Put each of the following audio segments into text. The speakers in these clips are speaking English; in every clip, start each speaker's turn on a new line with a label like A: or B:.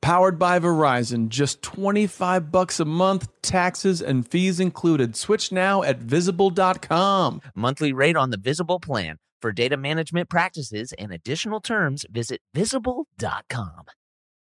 A: powered by Verizon. Just 25 bucks a month, taxes and fees included. Switch now at visible.com.
B: Monthly rate on the Visible plan. For data management practices and additional terms, visit visible.com.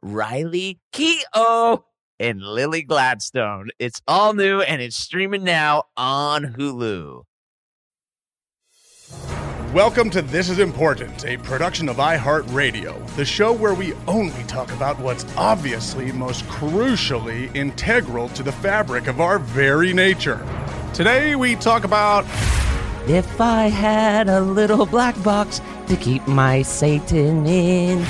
B: Riley Keough and Lily Gladstone. It's all new and it's streaming now on Hulu.
C: Welcome to This Is Important, a production of iHeartRadio, the show where we only talk about what's obviously most crucially integral to the fabric of our very nature. Today we talk about
B: If I had a little black box to keep my Satan in.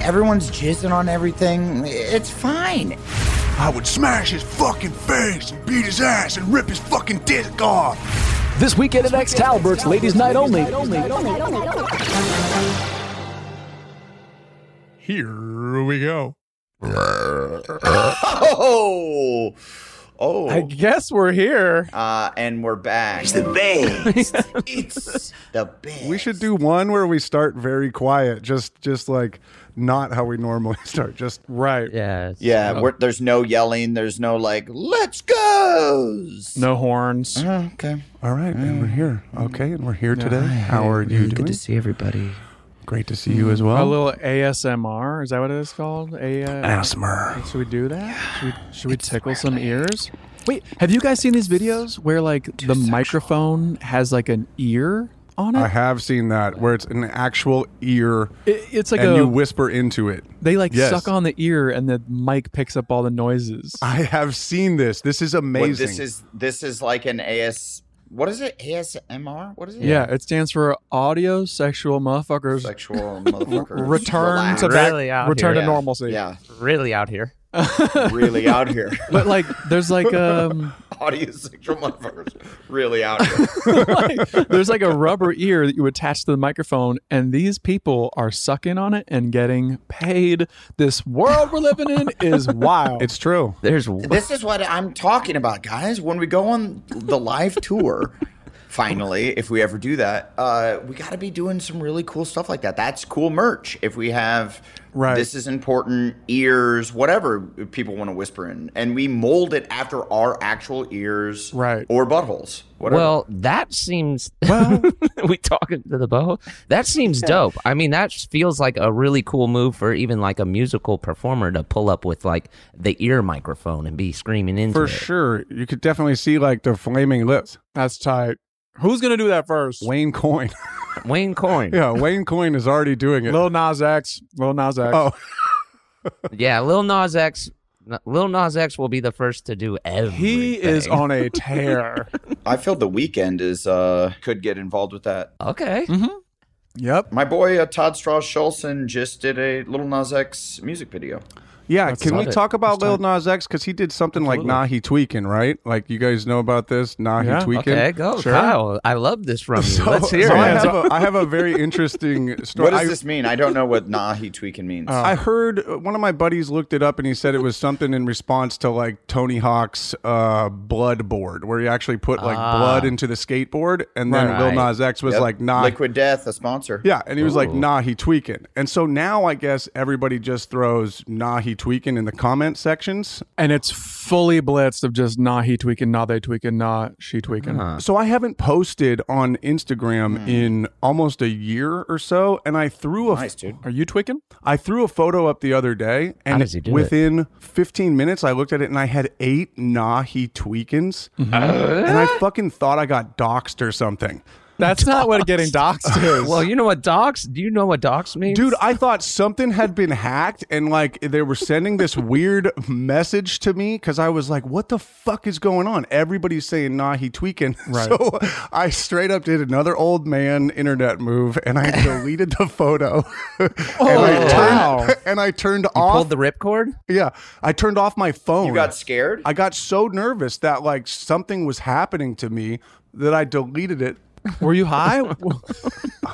D: Everyone's jizzing on everything. It's fine.
C: I would smash his fucking face and beat his ass and rip his fucking dick off.
E: This weekend at X Talbert's Ladies Night Only.
C: Here we go.
F: Oh, oh,
A: I guess we're here.
F: uh, and we're back.
G: It's the best. it's
F: The best.
G: we should do one where we start very quiet, just just like not how we normally start. Just
A: Right.
B: Yes.
F: Yeah, we're, there's no yelling. There's no like, let's go.
A: No horns.
F: Okay.
G: all right, and we're here. Okay, and we're here today. How are you doing?
F: see everybody.
G: Great to see you as
A: A
G: well.
A: little ASMR. Is that what it is called? A, uh,
G: Asmer.
A: should we do that? Should we, should we tickle some ears? Wait, have you guys seen these videos where like the microphone has like an ear on it?
G: I have seen that where it's an actual ear,
A: It- it's like
G: and
A: a
G: you whisper into it.
A: they like
G: Yes.
A: suck on the ear and the mic picks up all the noises.
G: I have seen this. This is amazing.
F: Well, this is this is like an AS. What is it? ASMR? What is it?
A: yeah. it stands for audio sexual motherfuckers
F: Sexual motherfucker.
A: return to back,
F: Relax.
B: Really out
A: return
F: here.
A: to
F: Yeah.
A: normalcy.
F: Yeah,
B: Really out here.
F: really out here.
A: But like there's like um
F: Audio sexual motherfuckers. Really out here.
A: like, there's like a rubber ear that you attach to the microphone and these people are sucking on it and getting paid. This world we're living in is wild.
G: It's true.
B: There's
F: This is what I'm talking about, guys. When we go on the live tour, finally, if we ever do that, uh, we got to be doing some really cool stuff like that. That's cool merch. If we have
G: Right.
F: this is important ears, whatever people want to whisper in, and we mold it after our actual ears,
A: Right.
F: or buttholes, whatever.
H: Well, that seems well. we talking to the bow. That seems dope. I mean, that feels like a really cool move for even like a musical performer to pull up with like the ear microphone and be screaming into
G: For
H: it.
G: sure. You could definitely see like the flaming lips.
A: That's tight. Who's gonna do that first?
G: Wayne Coyne.
H: Wayne Coyne.
G: yeah, Wayne Coyne is already doing it.
A: Oh, Lil Nas X. Lil Nas X.
G: Oh.
H: yeah, Lil Nas X Lil Nas X will be the first to do everything.
A: He is on a tear.
F: I feel the weekend is uh could get involved with that.
H: okay.
A: Yep.
F: My boy uh, Todd Strauss Schulson just did a Little Nas X music video.
G: Yeah, can we
H: love it.
G: talk about Lil Nas X because he did something like "Nah, he tweaking," right? Like you guys know about this "Nah,
A: Yeah.
G: he tweaking."
H: Okay, go, Kyle. I love this from you. Let's
G: Oh,
H: hear
G: So I
H: it.
G: have, a, I have a very interesting story.
F: What does
G: I-
F: this mean? I don't know what Nah He Tweaking means.
G: I heard uh, one of my buddies looked it up and he said it was something in response to like Tony Hawk's uh, blood board, where he actually put like blood into the skateboard, and then
H: Ah. Right.
G: Lil Nas X was
F: Yep.
G: like, "Nah,
F: Liquid Death, a sponsor.
G: yeah," and he was like, "Nah, he tweaking." And so now I guess everybody just throws "Nah, he tweaking" in the comment sections.
A: And it's fully blitzed of just nah he tweaking, nah they tweaking, nah she tweaking.
H: Ah. Uh-huh.
G: So I haven't posted on Instagram
H: Hmm.
G: in almost a year or so, and I threw a
F: Nice, dude.
A: Are you tweaking?
G: I threw a photo up the other day, and
H: does he do
G: within 15 minutes, I looked at it and I had eight Nahi tweakins,
H: Mm-hmm.
G: and I fucking thought I got doxxed or something.
A: That's not what getting doxxed is.
H: Well, you know what docs? Do you know what docs means?
G: Dude, I thought something had been hacked and like they were sending this weird message to me because I was like, what the fuck is going on? Everybody's saying nah, he tweaking.
A: Right.
G: So I straight up did another old man internet move and I deleted the photo. and, I turned,
A: wow.
G: and I turned
H: Oh, pulled
G: off
H: the ripcord.
G: Yeah. I turned off my phone.
F: You got scared?
G: I got so nervous that like something was happening to me that I deleted it.
A: Were you high? were,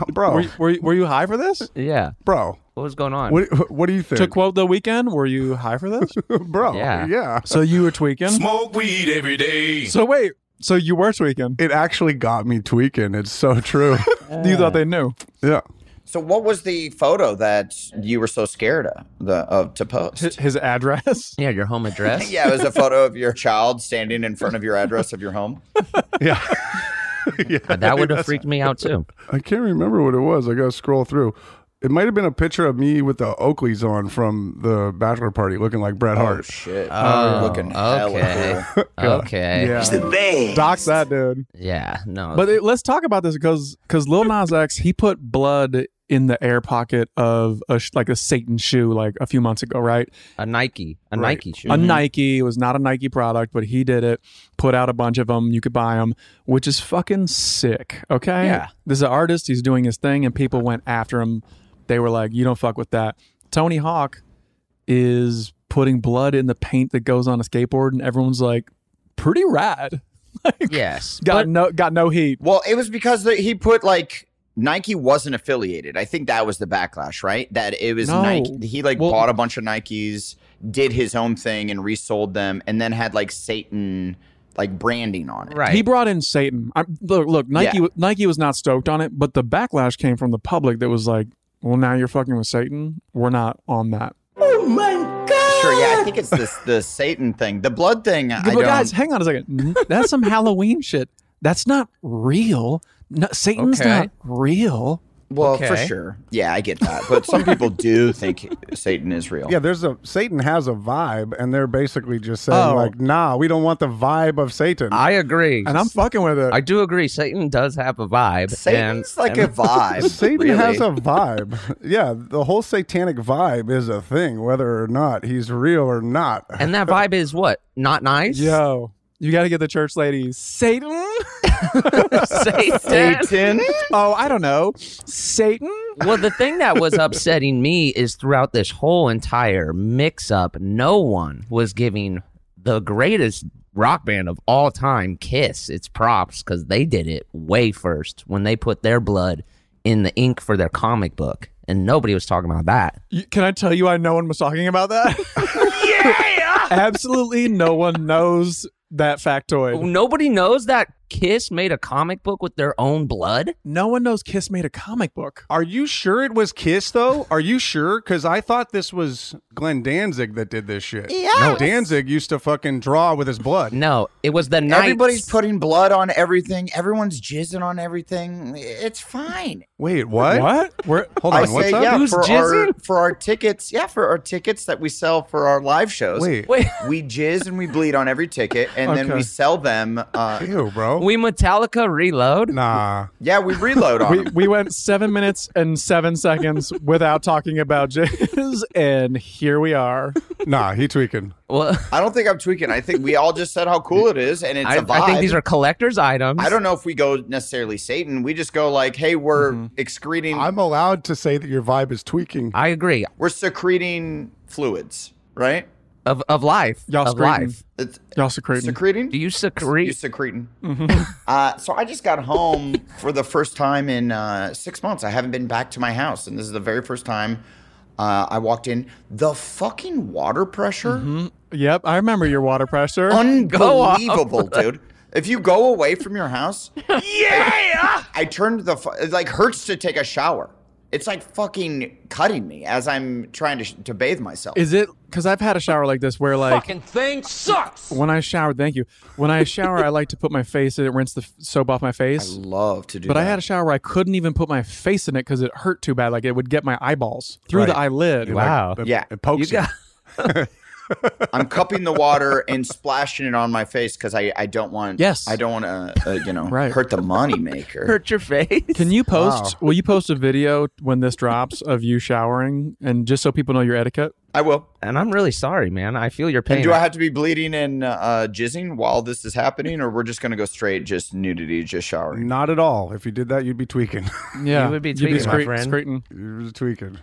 G: Bro,
A: you- were, you- were you high for this?
H: Yeah.
G: bro.
H: What was going on?
G: What, what do you think?
A: To quote the weekend, were you high for this?
G: bro,
H: Yeah.
G: yeah.
A: so you were tweaking. Smoke weed every day. So wait, so you were tweaking?
G: it actually got me tweaking. It's so true.
A: You thought they knew?
G: yeah.
F: So what was the photo that you were so scared of, the, of to
A: His,
F: post?
A: his address.
H: yeah, your home address.
F: yeah, it was a photo of your child standing in front of your address of your home.
G: Yeah. yeah.
H: That would have freaked me out too.
G: I can't remember what it was. I got to scroll through. It might have been a picture of me with the Oakleys on from the bachelor party looking like Bret
F: Oh
G: Hart.
F: shit!
H: Oh,
F: looking hella
H: okay.
F: cool.
H: okay. Yeah.
G: the best.
A: Dox that dude.
H: No.
A: But it, let's talk about this because because Lil Nas X he put blood in the air pocket of a sh- like a Satan shoe like a few months ago, right?
H: a Nike. A Nike shoe. Mm-hmm.
A: a Nike. It was not a Nike product, but he did it. Put out a bunch of them. You could buy them, which is fucking sick. Okay.
H: Yeah.
A: This is an artist. He's doing his thing, and people went after him. They were like, "You don't fuck with that." Tony Hawk is putting blood in the paint that goes on a skateboard, and everyone's like, "Pretty rad."
H: yes.
A: Got
H: But
A: no, got no heat.
F: Well, it was because the, he put like Nike wasn't affiliated. I think that was the backlash, right? That it was
A: No.
F: Nike. He like
A: Well-
F: bought a bunch of Nikes, did his own thing, and resold them, and then had like Satan like branding on it.
H: right.
A: He brought in Satan. I, look, look, Nike.
F: Yeah.
A: Nike was not stoked on it, but the backlash came from the public that was like, "Well, now you're fucking with Satan. We're not on that."
F: Sure. Yeah, I think it's this the Satan thing, the blood thing. I
A: but
F: don't.
A: guys, hang on a second. N- That's some Halloween shit. That's not real. No, Satan's
H: Okay.
A: not real.
F: well, for
H: okay.
F: sure. Yeah, I get that. But some people do think Satan is real.
G: Yeah, there's a Satan has a vibe, and they're basically just saying
A: Oh.
G: like, "Nah, we don't want the vibe of Satan."
H: I agree.
A: And I'm fucking with it.
H: I do agree. Satan does have a vibe.
F: Satan's
H: and,
F: like
H: and
F: a vibe.
G: Satan
F: really.
G: has a vibe. yeah, the whole satanic vibe is a thing, whether or not he's real or not.
H: And that vibe is what? Not nice?
A: Yo, you got to get the church lady. Satan?
H: Satan.
F: Satan.
A: oh, I don't know. Satan?
H: well, the thing that was upsetting me is throughout this whole entire mix up, no one was giving the greatest rock band of all time, Kiss, its props because they did it way first when they put their blood in the ink for their comic book. And nobody was talking about that.
A: You- can I tell you I no one was talking about that? yeah! Absolutely no one knows that factoid.
H: Nobody knows that Kiss made a comic book with their own blood.
A: No one knows Kiss made a comic book.
G: Are you sure it was Kiss though? Are you sure? Because I thought this was Glenn Danzig that did this shit. Yeah, Danzig used to fucking draw with his blood.
H: No, it was the Knights.
F: Everybody's putting blood on everything. Everyone's jizzing on everything. It's fine.
G: Wait, what?
A: What? We're,
G: Hold on,
F: I
G: what's
F: say,
G: up?
F: yeah,
H: Who's
F: for our,
H: jizzing?
F: for our tickets. Yeah, for our tickets that we sell for our live shows.
G: Wait.
H: Wait.
F: We jizz and we bleed on every ticket, and then
A: Okay.
F: we sell them. Uh,
G: Ew, bro.
H: we Metallica reload?
G: Nah.
F: Yeah, we reload on
A: we,
F: him.
A: we went seven minutes and seven seconds without talking about jizz, and here we are.
G: Nah, he tweaking.
H: Well,
F: I don't think I'm tweaking. I think we all just said how cool it is, and it's
H: I,
F: a vibe.
H: I think these are collector's items.
F: I don't know if we go necessarily Satan. We just go like, hey, we're
H: Mm-hmm.
F: excreting,
G: I'm allowed to say that your vibe is tweaking.
H: I agree.
F: we're secreting fluids, right?
H: Of of life.
A: Y'all
H: of
A: screaming.
H: life.
F: It's
A: Y'all secreting.
F: secreting.
H: Do you Mm-hmm. secrete?
F: you secreting? Uh, so I just got home for the first time in uh, six months. I haven't been back to my house, and this is the very first time uh, I walked in. The fucking water pressure,
H: Mm-hmm.
A: Yep, I remember your water pressure.
F: unbelievable, dude. If you go away from your house, yeah, I turned the fu- it like hurts to take a shower. It's like fucking cutting me as I'm trying to sh- to bathe myself.
A: Is it because I've had a shower like this where like
E: thing sucks.
A: when I showered, thank you. When I shower, I like to put my face in it, rinse the f- soap off my
F: I
A: face.
F: love to do,
A: But
F: that.
A: I had a shower where I couldn't even put my face in it because it hurt too bad. Like it would get my eyeballs through the eyelid.
H: Wow.
G: It-
F: Yeah.
G: It pokes you.
F: I'm cupping the water and splashing it on my face because I, I don't want
A: Yes.
F: I don't want to uh, you know
A: Right.
F: hurt the moneymaker.
H: Hurt your face.
A: Can you post? Will you post a video when this drops of you showering, and just so people know your etiquette?
F: I will.
H: And I'm really sorry, man. I feel your pain.
F: And do I have to be bleeding and uh, jizzing while this is happening, or we're just gonna go straight just nudity, just showering?
G: Not at all. If you did that, you'd be tweaking.
A: Yeah,
H: You would be
A: You'd
H: tweeting, my
A: scre-
H: friend.
A: screeting.
G: You're just tweaking.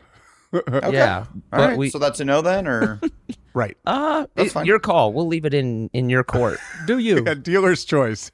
F: Okay.
H: Yeah,
F: All
H: but
F: right.
H: we-
F: So that's a no then, or
G: Right.
H: Uh,
F: That's
H: it-
F: fine.
H: your call. We'll leave it in in your court.
A: Do you?
G: Yeah, dealer's choice.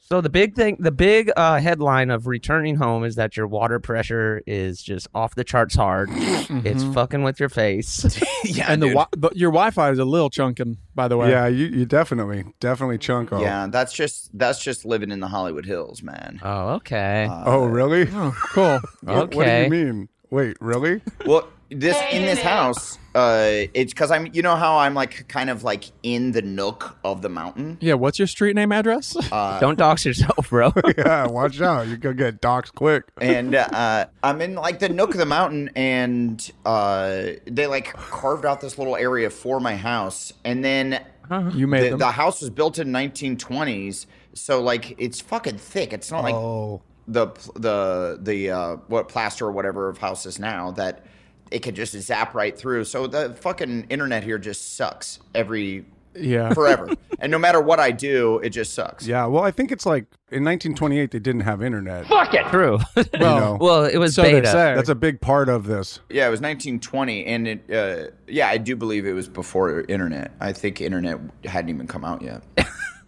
H: so the big thing, the big uh, headline of returning home is that your water pressure is just off the charts hard. It's fucking with your face.
F: yeah,
A: and the, wi- the your Wi-Fi is a little chunkin', by the way.
G: Yeah, you, you definitely, definitely chunk
A: Oh.
G: off.
F: yeah, that's just that's just living in the Hollywood Hills, man.
H: oh, okay.
G: Oh, really?
A: cool.
G: What- What do
H: Okay.
G: you mean? Wait, really?
F: Well, this in this house, uh, it's because I'm you know how I'm like kind of like in the nook of the mountain.
A: Yeah, what's your street name address?
H: Don't dox yourself, bro.
G: yeah, watch out. You're going to get doxxed quick.
F: and uh, I'm in like the nook of the mountain, and uh, they like carved out this little area for my house, and then
A: you made
F: the,
A: them.
F: the house was built in 1920s, so like it's fucking thick. It's not like
G: Oh.
F: the pl- the the uh, what plaster or whatever of houses now that it could just zap right through. So the fucking internet here just sucks every
A: yeah.
F: forever, and no matter what I do, it just sucks.
G: Yeah, well, I think it's like in 1928, they didn't have internet.
H: True.
G: you know?
H: well, it was
A: so they
H: beta.
A: say.
G: That's a big part of this.
F: Yeah, it was 1920, and it, uh, yeah, I do believe it was before internet. I think internet hadn't even come out yet.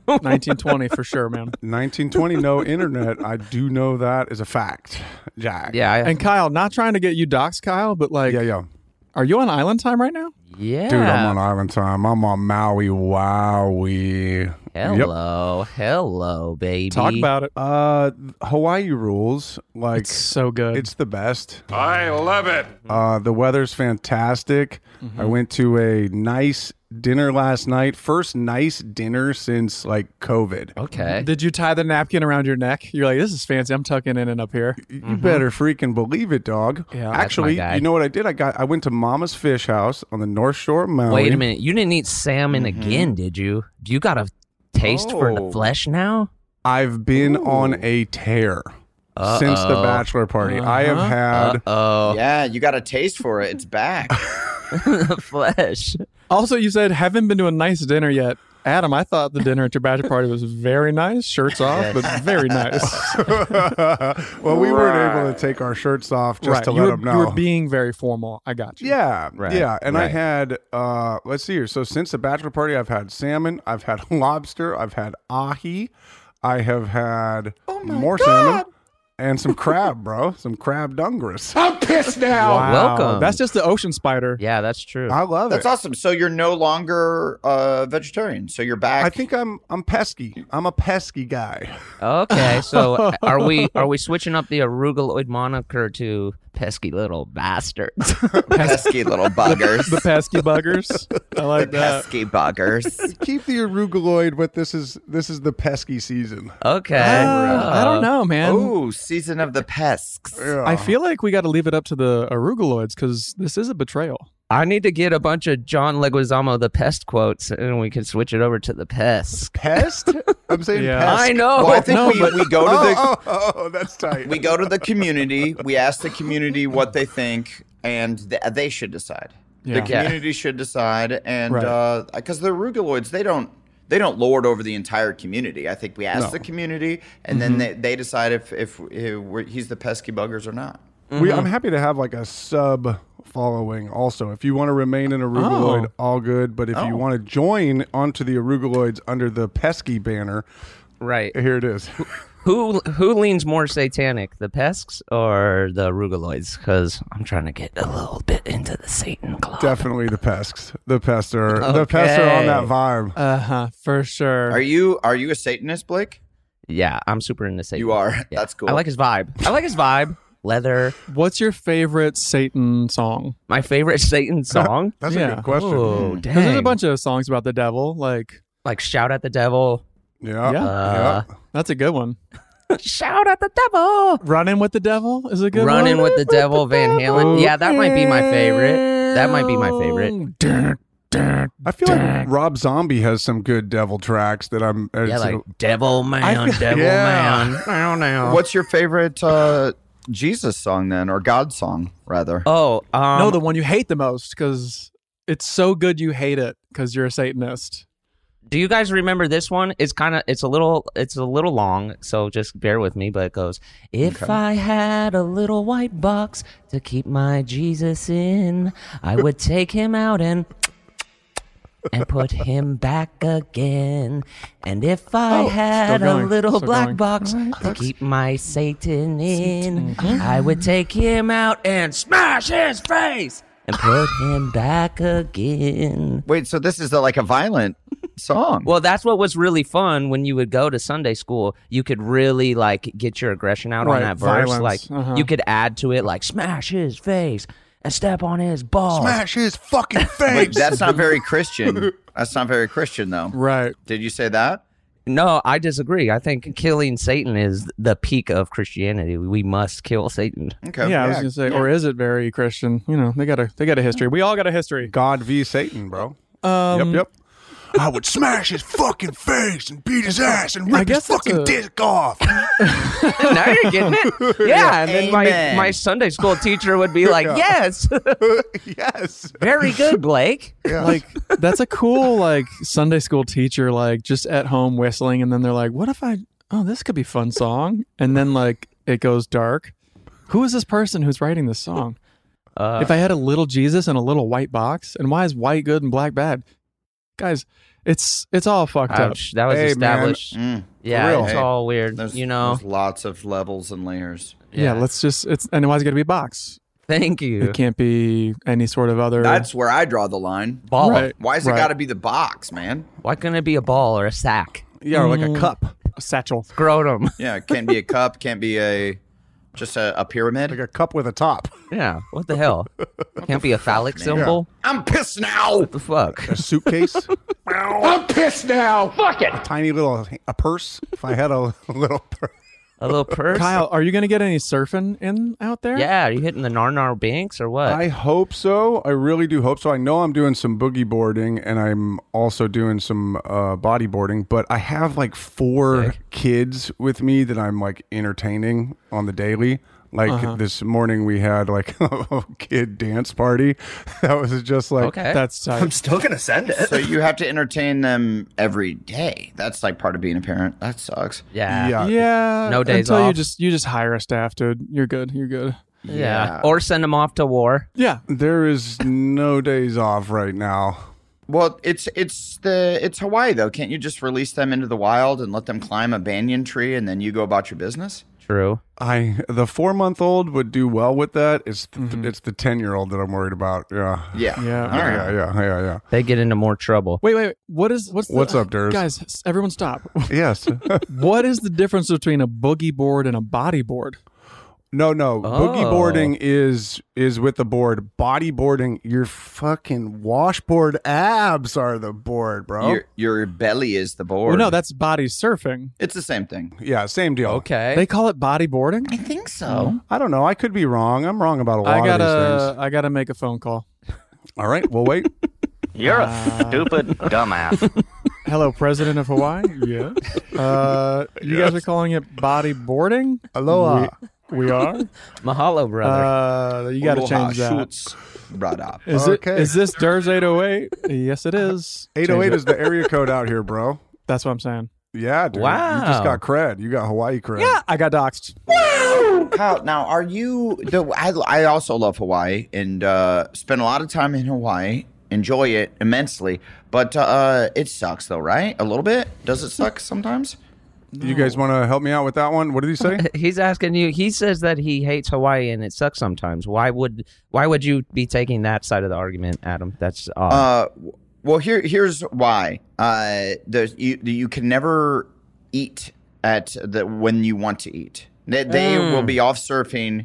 A: 1920 for sure, man.
G: 1920, no internet. I do know that is a fact, Jack.
H: Yeah. I,
A: And Kyle, not trying to get you doxxed, Kyle, but like,
G: Yeah, yeah.
A: are you on island time right now?
H: yeah.
G: Dude, I'm on island time. I'm on Maui. Wowie. Yep.
H: Hello, hello, baby.
A: Talk about it.
G: Uh, Hawaii rules. Like,
A: It's so good.
G: it's the best.
C: I love it.
G: Uh, the weather's fantastic. I went to a nice dinner last night. First nice dinner since like COVID.
H: Okay.
A: Did you tie the napkin around your neck? You're like, this is fancy. I'm tucking in and up here.
G: You better freaking believe it, dog.
A: Yeah. That's my
G: Actually,
H: guy.
G: you know what I did? I got I went to Mama's Fish House on the North Shore of
A: Oh,
G: Maui.
H: Wait a minute. You didn't eat salmon
A: Mm-hmm.
H: again, did you? Do you got a taste for the
F: Oh.
H: flesh now?
G: I've been on a tear since the
H: Uh-oh.
G: bachelor party. I have had
H: Oh,
F: Yeah, you got a taste for it. It's back.
H: flesh.
A: Also, you said haven't been to a nice dinner yet. Adam, I thought the dinner at your bachelor party was very nice. Shirts off, but very nice.
G: well, we weren't able to take our shirts off just to
A: you
G: let
A: were,
G: them know.
A: You were being very formal. I got you.
G: yeah,
H: Right,
G: yeah. And I
H: right.
G: had uh let's see here. So since the bachelor party, I've had salmon, I've had lobster, I've had ahi, I have had more salmon and some crab, bro. Some crab dungress.
C: I'm pissed now.
A: Wow.
H: Welcome.
A: Um, That's just the ocean spider.
H: Yeah, that's true.
G: I love
F: That's
G: it.
F: awesome. So you're no longer uh, vegetarian. So you're back.
G: I think I'm I'm pesky. I'm a pesky guy.
H: Okay, so uh, are we are we switching up the arugaloid moniker to pesky little bastard?
F: pesky little buggers.
A: The pesky buggers. I like that.
F: pesky buggers.
G: Keep the arugaloid, but this is this is the pesky season.
H: Okay.
A: Uh, I don't know, man.
F: Oh, season of the pesks.
G: Yeah.
A: I feel like we got to leave it up to the arugaloids because this is a betrayal.
H: I need to get a bunch of John Leguizamo the pest quotes, and we can switch it over to the pest.
G: Pest? I'm saying
A: Yeah.
G: pest.
H: I know.
F: Well, I think
A: No,
F: we,
A: but-
F: we go to the
G: Oh, oh, oh, that's tight.
F: we go to the community. We ask the community what they think, and th- they should decide.
A: Yeah.
F: The community should decide, and
A: Right.
F: because they're rugaloids, they don't they don't lord over the entire community. I think we ask
G: No.
F: the community, and then they, they decide if if, if we're, he's the pesky buggers or not.
G: We, I'm happy to have like a sub following also. If you want to remain an arugaloid,
A: Oh.
G: all good. But if you want to join onto the arugaloids under the pesky banner,
H: Right.
G: here it is.
H: Who who leans more satanic, the pesks or the rugaloids? Because I'm trying to get a little bit into the Satan club.
G: Definitely the pesks. The pests are the pests are on that
H: Okay.
G: vibe.
A: Uh huh. For sure.
F: Are you are you a Satanist, Blake?
H: yeah, I'm super into Satan.
F: You are.
H: Yeah.
F: That's cool.
H: I like his vibe. I like his vibe. Leather.
A: What's your favorite Satan song?
H: My favorite Satan song.
G: That's a
A: Yeah.
G: good question.
H: Oh, dang.
A: Because there's a bunch of songs about the devil. Like
H: like shout at the devil.
G: Yeah.
A: Yeah.
H: Uh,
G: yeah.
A: that's a good one.
H: shout at the devil.
A: Running with the devil is a good one.
H: Running with the devil, Van Halen. Yeah, that might be my favorite. That might be my favorite.
A: favorite.
G: I feel like Rob Zombie has some good devil tracks that I'm.
H: Yeah,
G: it's-
H: like devil man, devil
G: yeah.
H: man. I don't know.
F: What's your favorite uh, Jesus song then, or God song rather?
H: Oh, um,
A: no, the one you hate the most because it's so good you hate it because you're a Satanist.
H: Do you guys remember this one? It's kind of it's a little it's a little long, so just bear with me. But it goes: If I had a little white box to keep my Jesus in, I would take him out and and put him back again. And if I
A: Oh, still
H: had a
A: going,
H: little
A: still
H: black
A: going.
H: box to keep my Satan in, I would take him out and smash his face and put him back again.
F: Wait, so this is a, like a violent song?
H: Well, that's what was really fun when you would go to Sunday school. You could really like get your aggression out
A: Right,
H: on that verse.
A: violence,
H: Like
A: uh-huh.
H: you could add to it, like smash his face and step on his balls.
G: Smash his fucking face.
F: Wait, that's not very Christian. That's not very Christian, though.
A: Right.
F: Did you say that?
H: No, I disagree. I think killing Satan is the peak of Christianity. We must kill Satan.
F: Okay.
A: yeah, I was gonna say, or is it very Christian? You know, they got a they got a history. We all got a history.
G: God v Satan, bro.
A: Um,
G: yep, yep. I would smash his fucking face and beat his ass and
A: rip his guess that's fucking a-
G: dick off.
H: now you're getting it. Yeah, and then
F: Amen.
H: my my Sunday school teacher would be like, "Yes,
G: yes.
H: very good, Blake."
A: Like that's a cool like Sunday school teacher like just at home whistling, and then they're like, "What if I? Oh, this could be fun song." And then like it goes dark. Who is this person who's writing this song?
H: Uh,
A: if I had a little Jesus in a little white box, and why is white good and black bad? Guys, it's it's all fucked up.
H: ouch, that was
G: Hey, man.
H: established.
F: Mm,
H: Yeah,
G: real.
H: it's
F: Hey,
H: all weird.
F: there's,
H: You know.
F: there's lots of levels and layers.
A: Yeah. let's just it's and why's it got to be a box?
H: Thank you.
A: It can't be any sort of other.
F: That's where I draw the line.
H: Ball.
A: Right.
F: Why has it
A: Right.
F: got to be the box, man?
H: Why couldn't it be a ball or a sack?
G: Yeah, or like
A: Mm.
G: a cup.
A: a satchel.
H: Scrotum.
F: Yeah, it can't be a cup. Can't be a just a, a pyramid.
G: Like a cup with a top.
H: Yeah. What the hell? Can't be a phallic symbol.
F: I'm pissed now.
H: The fuck.
G: A suitcase. I'm pissed now. Fuck it. A tiny little a purse. If I had a little purse.
H: A little purse.
A: Kyle, are you gonna get any surfing in out there?
H: Yeah. Are you hitting the Narnar Banks or what?
G: I hope so. I really do hope so. I know I'm doing some boogie boarding and I'm also doing some uh, body boarding, but I have like four kids with me that I'm like entertaining on the daily. Like this morning, we had like a kid dance party. That was just like,
H: okay.
A: That's tight.
I: still gonna send it.
F: So you have to entertain them every day. That's like part of being a parent. That sucks.
H: yeah.
G: yeah.
A: yeah.
H: No days
A: until you
H: off.
A: just you just hire a staff, dude. You're good. You're good.
H: yeah. Or send them off to war.
A: Yeah.
G: There is no days off right now.
F: Well, it's it's the it's Hawaii though. Can't you just release them into the wild and let them climb a banyan tree and then you go about your business?
H: True.
G: I the four month old would do well with that. It's th- it's the ten year old that I'm worried about. Yeah.
F: Yeah.
A: Yeah.
F: All right.
G: Yeah, yeah, yeah, yeah.
H: They get into more trouble.
A: Wait, wait, wait. What is what's the-
G: What's up, Durs?
A: Guys, s- everyone stop.
G: Yes.
A: what is the difference between a boogie board and a body board?
G: No, no. Boogie
H: Oh.
G: boarding is is with the board. Body boarding, your fucking washboard abs are the board, bro.
F: Your, your belly is the board.
A: Well, no, that's body surfing.
F: it's the same thing.
G: yeah, same deal.
H: Okay.
A: They call it body boarding.
F: I think so.
G: I don't know. I could be wrong. I'm wrong about a lot
A: I gotta
G: of these things.
A: I gotta make a phone call.
G: All right. Well, wait.
I: You're a Uh, stupid dumbass.
A: Hello, President of Hawaii. yeah. Uh, you guys are calling it bodyboarding?
G: Aloha.
A: We, we are.
H: Mahalo, brother.
A: Uh, you got to change that.
F: brother.
A: Is it?
G: Okay.
A: Is this DERS 808? yes, it is. Change
G: 808
A: it.
G: is the area code out here, bro.
A: That's what I'm saying.
G: Yeah, dude. You just
H: Wow.
G: got cred. You got Hawaii cred.
A: Yeah, I got doxxed.
F: Kyle, now are you the I, I also love Hawaii and uh spent a lot of time in Hawaii, enjoy it immensely, but uh it sucks though, right? A little bit? Does it suck sometimes?
G: You guys want to help me out with that one? What did he say?
H: He's asking you. He says that he hates Hawaii and it sucks sometimes. Why would Why would you be taking that side of the argument, Adam? That's odd.
F: Uh, w- well, here here's why. Uh, there's you you can never eat at the when you want to eat. They, they will be off surfing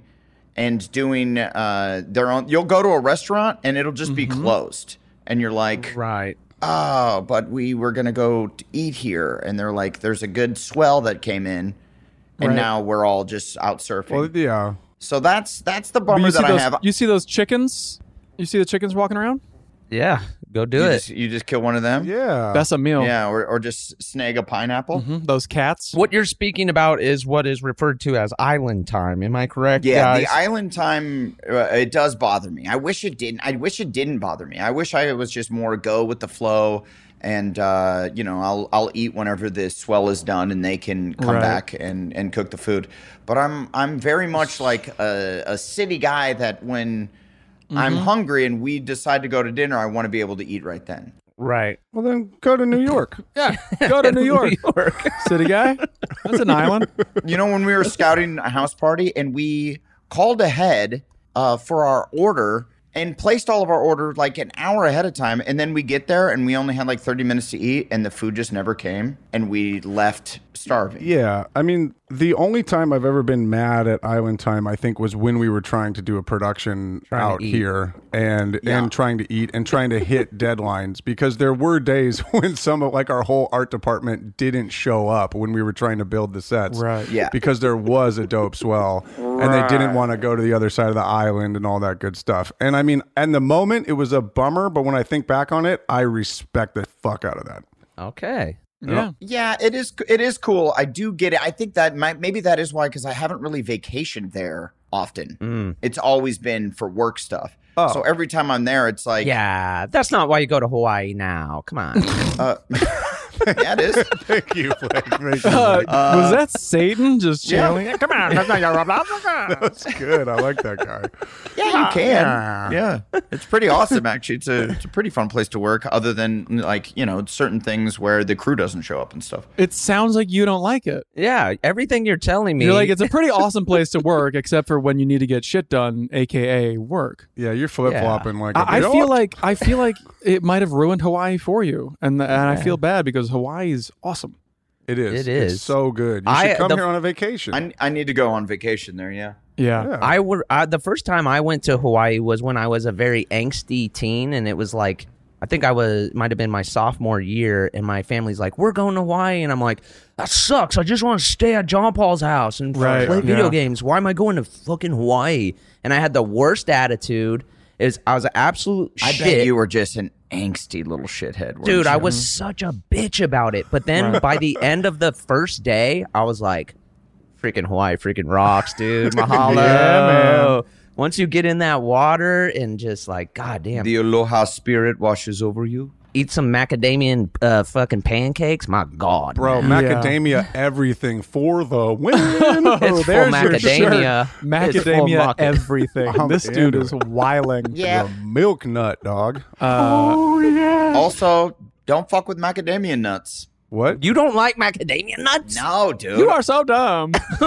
F: and doing uh, their own. You'll go to a restaurant and it'll just be closed, and you're like,
H: right.
F: oh, but we were gonna go to eat here, and they're like, there's a good swell that came in, and
A: Right.
F: now we're all just out surfing.
G: well, yeah.
F: so that's that's the
A: But
F: bummer
A: you see
F: that
A: those,
F: I have.
A: You see those chickens? You see the chickens walking around?
H: yeah, go do
F: You
H: it.
F: just, you just kill one of them.
G: Yeah.
A: That's a meal.
F: Yeah, or, or just snag a pineapple.
A: Mhm, Those cats.
H: what you're speaking about is what is referred to as island time. Am I correct?
F: Yeah,
H: guys?
F: the island time uh, it does bother me. I wish it didn't. I wish it didn't bother me. I wish I was just more go with the flow, and uh, you know, I'll I'll eat whenever the swell is done, and they can come
A: Right.
F: back and and cook the food. But I'm I'm very much like a, a city guy that when I'm hungry and we decide to go to dinner, I want to be able to eat right then.
H: right.
G: Well, then go to New York.
A: Yeah, go to New York. City guy? That's an island.
F: you know when we were scouting a house party and we called ahead uh, for our order and placed all of our order like an hour ahead of time and then we get there and we only had like 30 minutes to eat and the food just never came and we left starving
G: Yeah, I mean, the only time I've ever been mad at Island Time, I think, was when we were trying to do a production out
H: eat.
G: here and and trying to eat and trying to hit deadlines because there were days when some of like our whole art department didn't show up when we were trying to build the sets,
A: Right.
F: Yeah.
G: because there was a dope swell and they didn't want to go to the other side of the island and all that good stuff. And I mean, and the moment it was a bummer, but when I think back on it, I respect the fuck out of that.
H: Okay.
A: Yeah.
F: yeah it is it is cool i do get it i think that might maybe that is why because i haven't really vacationed there often it's always been for work stuff so every time i'm there it's like
H: Yeah, that's not why you go to Hawaii now. Come on.
F: uh, yeah it is
G: Thank you, Blake. Thank you,
A: Uh,
G: Blake.
A: was that Satan just channeling? Come on, that's not your
G: That's good. I like that guy.
F: Yeah, you can. Yeah, it's pretty awesome. Actually, it's a it's a pretty fun place to work. Other than like you know certain things where the crew doesn't show up and stuff.
A: It sounds like you don't like it.
H: yeah, everything you're telling me.
A: You're like, it's a pretty awesome place to work, except for when you need to get shit done, aka work.
G: Yeah, you're flip flopping like. a
A: I, I
G: dog.
A: feel like I feel like it might have ruined Hawaii for you, and and I feel bad because Hawaii is awesome.
G: it is.
H: It
G: It's
H: is.
G: so good. You
H: I-
G: should come
H: the-
G: here on a vacation.
F: I, I need to go on vacation there. Yeah.
A: Yeah,
G: yeah.
H: I were I, the first time I went to Hawaii was when I was a very angsty teen, and it was like I think I was might have been my sophomore year, and my family's like, "We're going to Hawaii," and I'm like, "That sucks. I just want to stay at John Paul's house and f-
A: Right,
H: play video
A: yeah.
H: games. Why am I going to fucking Hawaii?" And I had the worst attitude. Is I was an absolute
F: I
H: shit.
F: bet you were just an angsty little shithead. weren't
H: Dude, I
F: you?
H: was such a bitch about it. But then by the end of the first day, I was like, freaking Hawaii freaking rocks, dude. Mahalo. Once you get in that water and just like, goddamn,
F: The aloha spirit washes over you.
H: eat some macadamia and, uh, fucking pancakes. My God.
G: Bro,
H: man.
G: macadamia everything for the win.
H: It's full
A: there's your
H: macadamia. It's full
A: macadamia,
H: maca-
A: everything. this dude is wiling.
G: The milk nut dog.
H: Uh,
A: uh,
F: Mm. Also, don't fuck with macadamia nuts.
G: What?
H: You don't like macadamia nuts?
F: No, dude.
A: You are so dumb.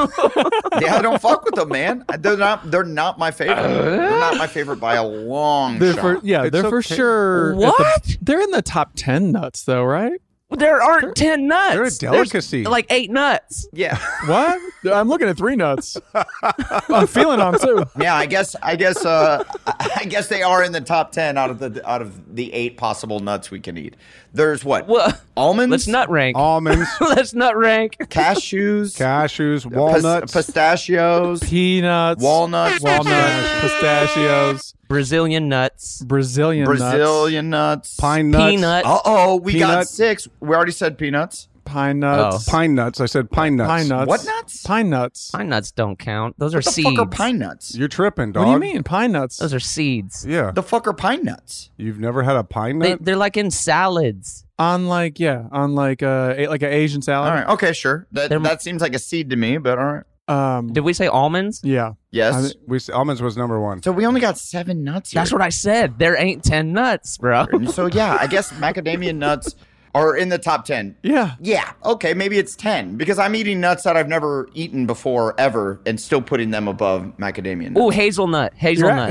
F: yeah, I don't fuck with them, man. They're not. They're not my favorite. They're not my favorite by a long
A: They're
F: shot.
A: for, yeah,
G: It's
A: they're for
G: okay.
A: sure. at the-
H: What?
A: they're in the top ten nuts, though, right?
H: There aren't 10 nuts.
G: They're a
H: There's
G: delicacy.
H: like eight nuts.
F: yeah.
A: What? I'm looking at three nuts. I'm feeling on too.
F: yeah, I guess I guess uh, I guess they are in the top ten out of the out of the eight possible nuts we can eat. There's what
H: Well,
F: almonds,
H: Let's nut rank.
G: Almonds,
H: Let's nut rank.
F: cashews,
G: cashews,
F: pis-
G: walnuts.
F: pistachios,
A: Peanuts,
F: walnuts,
A: walnuts, pistachios.
H: Brazilian nuts.
A: Brazilian
F: Brazilian nuts.
G: Pine nuts.
H: Peanuts.
F: Uh oh, we
G: Peanut.
F: got six. We already said peanuts.
A: Pine nuts.
G: Pine nuts. I said pine nuts.
A: Pine nuts.
F: What nuts?
A: Pine nuts.
H: Pine nuts don't count. Those are
F: What the
H: seeds.
F: fuck are pine nuts?
G: You're tripping,
A: What
G: dog.
A: do you mean? Pine nuts.
H: Those are seeds.
G: Yeah.
F: The fuck are pine nuts?
G: You've never had a pine
H: They,
G: nut?
H: they're like in salads.
A: on like yeah, on like uh a- like an Asian
F: All
A: salad.
F: right. Okay, sure. That
H: They're-
F: that seems like a seed to me, but all right.
A: Um
H: Did we say almonds?
A: yeah.
F: Yes.
G: I- we s- almonds was number one.
F: so we only got seven nuts. Here.
H: That's what I said. There ain't ten nuts, bro.
F: And so yeah, I guess macadamia nuts are in the top ten.
A: Yeah.
F: Yeah. Okay. Maybe it's ten because I'm eating nuts that I've never eaten before ever, and still putting them above macadamia nuts.
H: Ooh, hazelnut.
G: You're at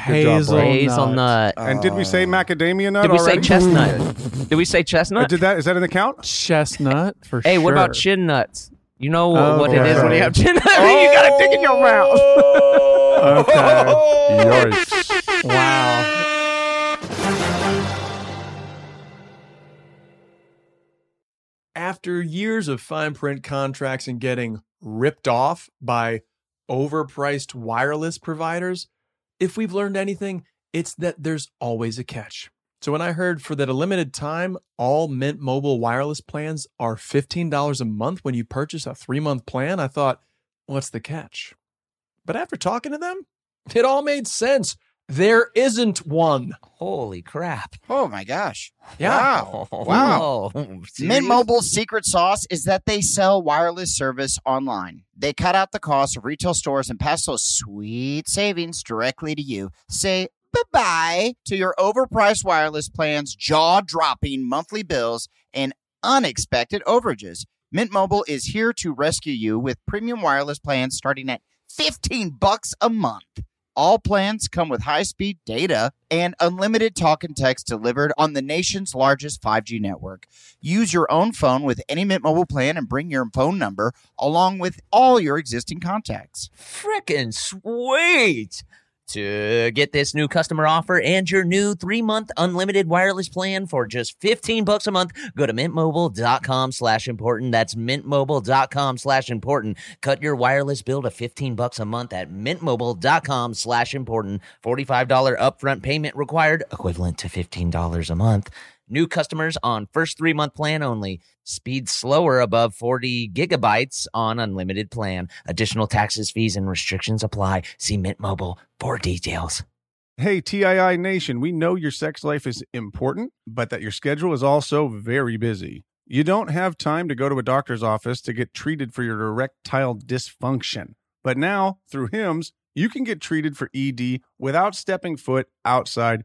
G: hazelnut. Good job,
A: Hazel- Uh,
G: bro.
H: Hazelnut.
G: And did we say macadamia nut
H: Did we say
G: already?
H: chestnut? Did we say chestnut?
G: Uh, Did that? Is that in the count?
A: Chestnut for
H: hey,
A: sure.
H: what about chin nuts? You know
A: Oh,
H: what it is when
A: okay.
H: you have chin nuts. Oh! you got a dick in your mouth.
A: Okay.
G: Yours.
A: wow. After years of fine print contracts and getting ripped off by overpriced wireless providers, if we've learned anything, it's that there's always a catch. So when I heard for that a limited time, all Mint Mobile wireless plans are $15 a month when you purchase a three month plan, I thought, what's the catch? But after talking to them, it all made sense. There isn't one.
H: Holy crap.
F: Oh my gosh.
A: Yeah.
F: Wow. Wow.
H: Whoa.
D: Mint Mobile's secret sauce is that they sell wireless service online. They cut out the cost of retail stores and pass those sweet savings directly to you. Say bye-bye to your overpriced wireless plans, jaw-dropping monthly bills, and unexpected overages. Mint Mobile is here to rescue you with premium wireless plans starting at 15 bucks a month. All plans come with high-speed data and unlimited talk and text delivered on the nation's largest 5G network. Use your own phone with any Mint Mobile plan and bring your phone number along with all your existing contacts.
B: Frickin' sweet! To get this new customer offer and your new three-month unlimited wireless plan for just 15 bucks a month, go to mintmobile.com slash important. That's mintmobile.com slash important. Cut your wireless bill to 15 bucks a month at mintmobile.com slash important. $45 upfront payment required, equivalent to $15 a month. New customers on first three month plan only. Speed slower above 40 gigabytes on unlimited plan. Additional taxes, fees, and restrictions apply. See Mint Mobile for details.
G: Hey, TII Nation, we know your sex life is important, but that your schedule is also very busy. You don't have time to go to a doctor's office to get treated for your erectile dysfunction. But now, through HIMS, you can get treated for ED without stepping foot outside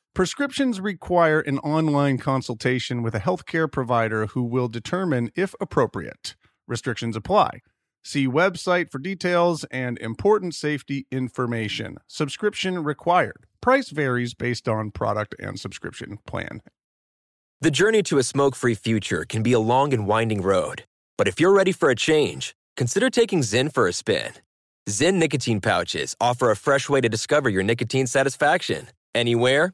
G: Prescriptions require an online consultation with a healthcare provider who will determine if appropriate. Restrictions apply. See website for details and important safety information. Subscription required. Price varies based on product and subscription plan.
J: The journey to a smoke free future can be a long and winding road, but if you're ready for a change, consider taking Zen for a spin. Zen nicotine pouches offer a fresh way to discover your nicotine satisfaction anywhere,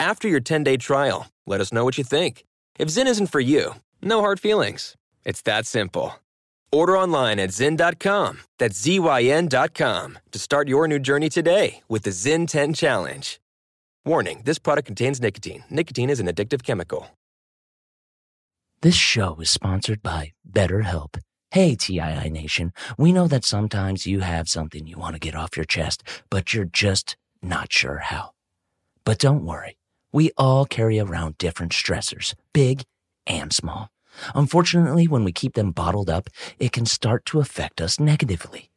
J: After your 10 day trial, let us know what you think. If Zen isn't for you, no hard feelings. It's that simple. Order online at Zyn.com. That's Z-Y-N.com to start your new journey today with the Zen 10 Challenge. Warning this product contains nicotine. Nicotine is an addictive chemical.
B: This show is sponsored by BetterHelp. Hey, TII Nation, we know that sometimes you have something you want to get off your chest, but you're just not sure how. But don't worry, we all carry around different stressors, big and small. Unfortunately, when we keep them bottled up, it can start to affect us negatively.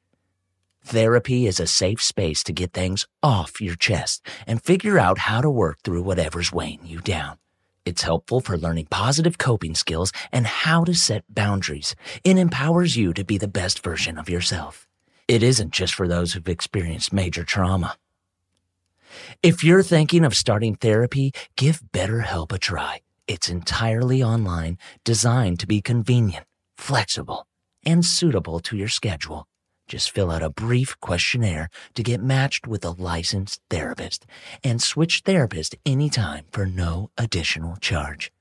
B: Therapy is a safe space to get things off your chest and figure out how to work through whatever's weighing you down. It's helpful for learning positive coping skills and how to set boundaries. It empowers you to be the best version of yourself. It isn't just for those who've experienced major trauma. If you're thinking of starting therapy, give BetterHelp a try. It's entirely online, designed to be convenient, flexible, and suitable to your schedule. Just fill out a brief questionnaire to get matched with a licensed therapist and switch therapist anytime for no additional charge.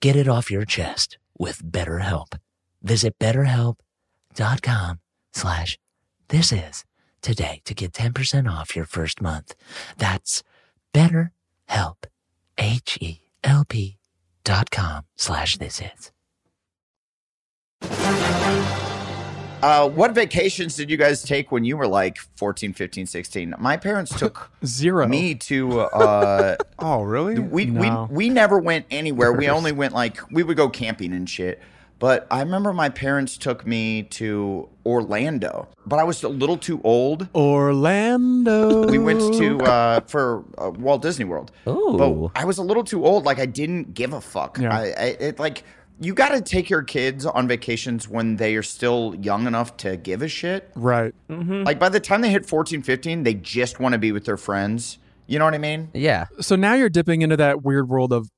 B: Get it off your chest with BetterHelp. Visit betterhelp.com slash this is today to get 10% off your first month. That's betterhelp, H-E-L-P dot com slash this is.
F: Uh, what vacations did you guys take when you were like 14, 15, 16? My parents took
A: zero
F: me to. Uh,
G: oh, really?
F: We,
G: No.
F: we we never went anywhere. We only went like we would go camping and shit. But I remember my parents took me to Orlando, but I was a little too old.
A: Orlando.
F: We went to uh, for uh, Walt Disney World.
A: Ooh.
F: But I was a little too old. Like I didn't give a fuck.
A: Yeah.
F: I, I it like you got to take your kids on vacations when they are still young enough to give a shit.
A: Right.
F: Like by the time they hit 14, 15, they just want to be with their friends. You know what I mean?
H: Yeah.
A: So now you're dipping into that weird world of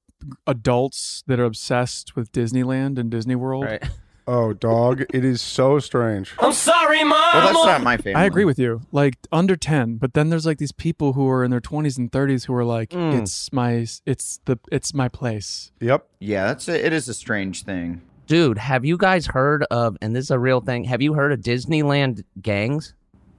A: adults that are obsessed with Disneyland and Disney World. Right.
G: Oh, dog. It is so strange.
H: I'm sorry, Mom.
A: I agree with you. Like under 10, but then there's like these people who are in their 20s and 30s who are like
F: Mm.
A: it's my it's the it's my place.
G: Yep.
F: Yeah, that's a, it is a strange thing.
H: Dude, have you guys heard of, and this is a real thing, have you heard of Disneyland gangs?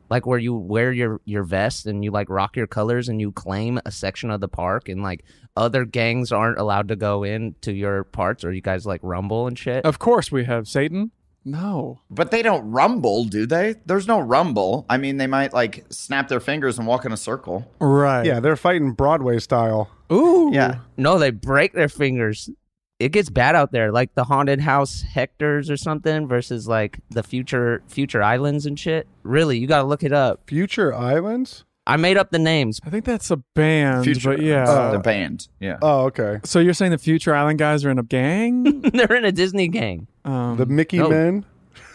H: Like where you wear your, your vest and you like rock your colors and you claim a section of the park and like other gangs aren't allowed to go in to your parts or you guys like rumble and shit?
A: Of course we have Satan. No.
F: But they don't rumble, do they? There's no rumble. I mean, they might like snap their fingers and walk in a circle.
A: Right.
G: Yeah, they're fighting Broadway style.
A: Ooh.
F: Yeah.
H: No, they break their fingers. It gets bad out there, like the haunted house Hectors or something versus like the future future islands and shit. Really, you gotta look it up.
G: Future Islands?
H: I made up the names.
A: I think that's a band, but yeah.
F: the band. Yeah.
G: Oh, okay.
A: So you're saying the Future Island guys are in a gang?
H: They're in a Disney gang.
A: Um,
G: The Mickey
A: no.
G: Men?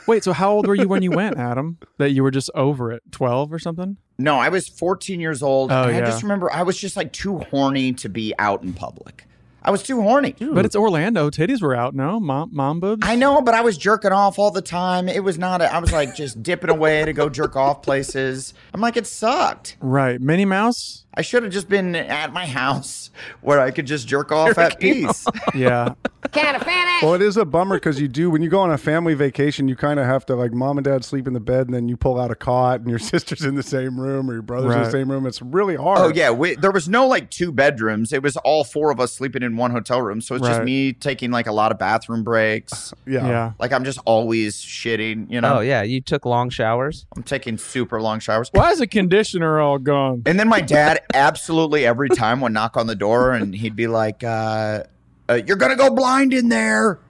A: Wait, so how old were you when you went, Adam? That you were just over it, twelve or something?
F: No, I was 14 years old.
A: Oh,
F: and I
A: yeah.
F: just remember I was just like too horny to be out in public. I was too horny.
A: But it's Orlando. Titties were out. No, mom, mom boobs.
F: I know, but I was jerking off all the time. It was not, a, I was like just dipping away to go jerk off places. I'm like, it sucked.
A: Right, Minnie Mouse.
F: I should have just been at my house where I could just jerk off at peace.
A: Yeah.
K: Can of finish.
G: Well, it is a bummer because you do when you go on a family vacation, you kind of have to like mom and dad sleep in the bed, and then you pull out a cot, and your sister's in the same room or your brother's in the
F: Right.
G: same room. It's really hard.
F: Oh yeah, we, there was no like two bedrooms. It was all four of us sleeping in one hotel room. So it's just
G: Right.
F: me taking like a lot of bathroom breaks.
G: Yeah. Yeah.
F: like I'm just always shitting. You know.
H: Oh yeah, you took long showers.
F: I'm taking super long showers.
A: Why is the conditioner all gone?
F: And then my dad absolutely every time would knock on the door and he'd be like, uh, uh, "You're gonna go blind in there."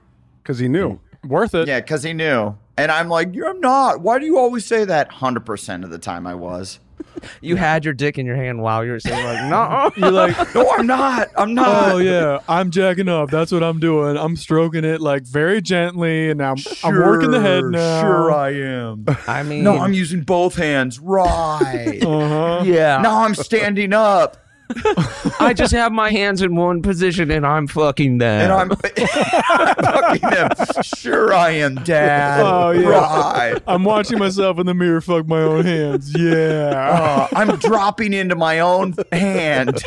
G: Because he knew.
A: Worth it.
F: Yeah, because he knew. And I'm like, "Yeah, I'm not. Why do you always say that? 100% of the time I was.
H: You had your dick in your hand while you were saying like, no.
A: You're like,
F: no, I'm not. I'm not.
A: Oh yeah, I'm jacking up. That's what I'm doing. I'm stroking it like very gently, and I'm I'm working the head now.
F: am.
H: I mean,
F: no, I'm using both hands. Right.
A: Uh-huh.
F: No, I'm standing up.
H: I just have my hands in one position and I'm fucking them.
F: And I'm fucking them. Sure, I am, Dad.
A: Oh, yeah.
F: Right.
A: I'm watching myself in the mirror fuck my own hands. Yeah.
F: Uh, I'm dropping into my own hand.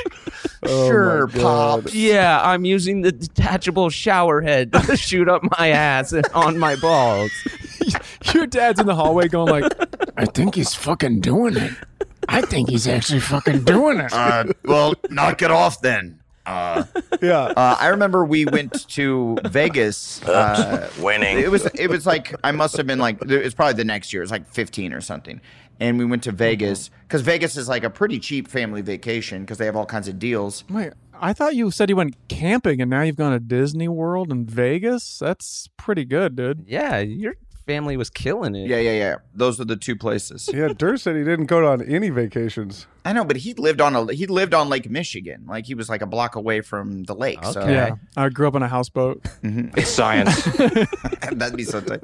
F: Oh sure, Pop.
H: Yeah, I'm using the detachable shower head to shoot up my ass and on my balls.
A: Your dad's in the hallway going like,
L: I think he's fucking doing it. I think he's actually fucking doing it.
F: Uh, well, knock it off then. Uh,
A: yeah.
F: Uh, I remember we went to Vegas. Uh,
I: winning.
F: It was it was like I must have been like it was probably the next year. It was like fifteen or something, and we went to Vegas because Vegas is like a pretty cheap family vacation because they have all kinds of deals.
A: Wait, I thought you said you went camping and now you've gone to Disney World in Vegas? That's pretty good, dude.
H: Yeah, your family was killing it.
F: Yeah, yeah, yeah. Those are the two places.
G: Yeah, Durr said he didn't go on any vacations.
F: I know, but he lived on a he lived on Lake Michigan. Like he was like a block away from the lake. So
A: Yeah. I grew up on a houseboat.
I: It's science.
F: that'd be something.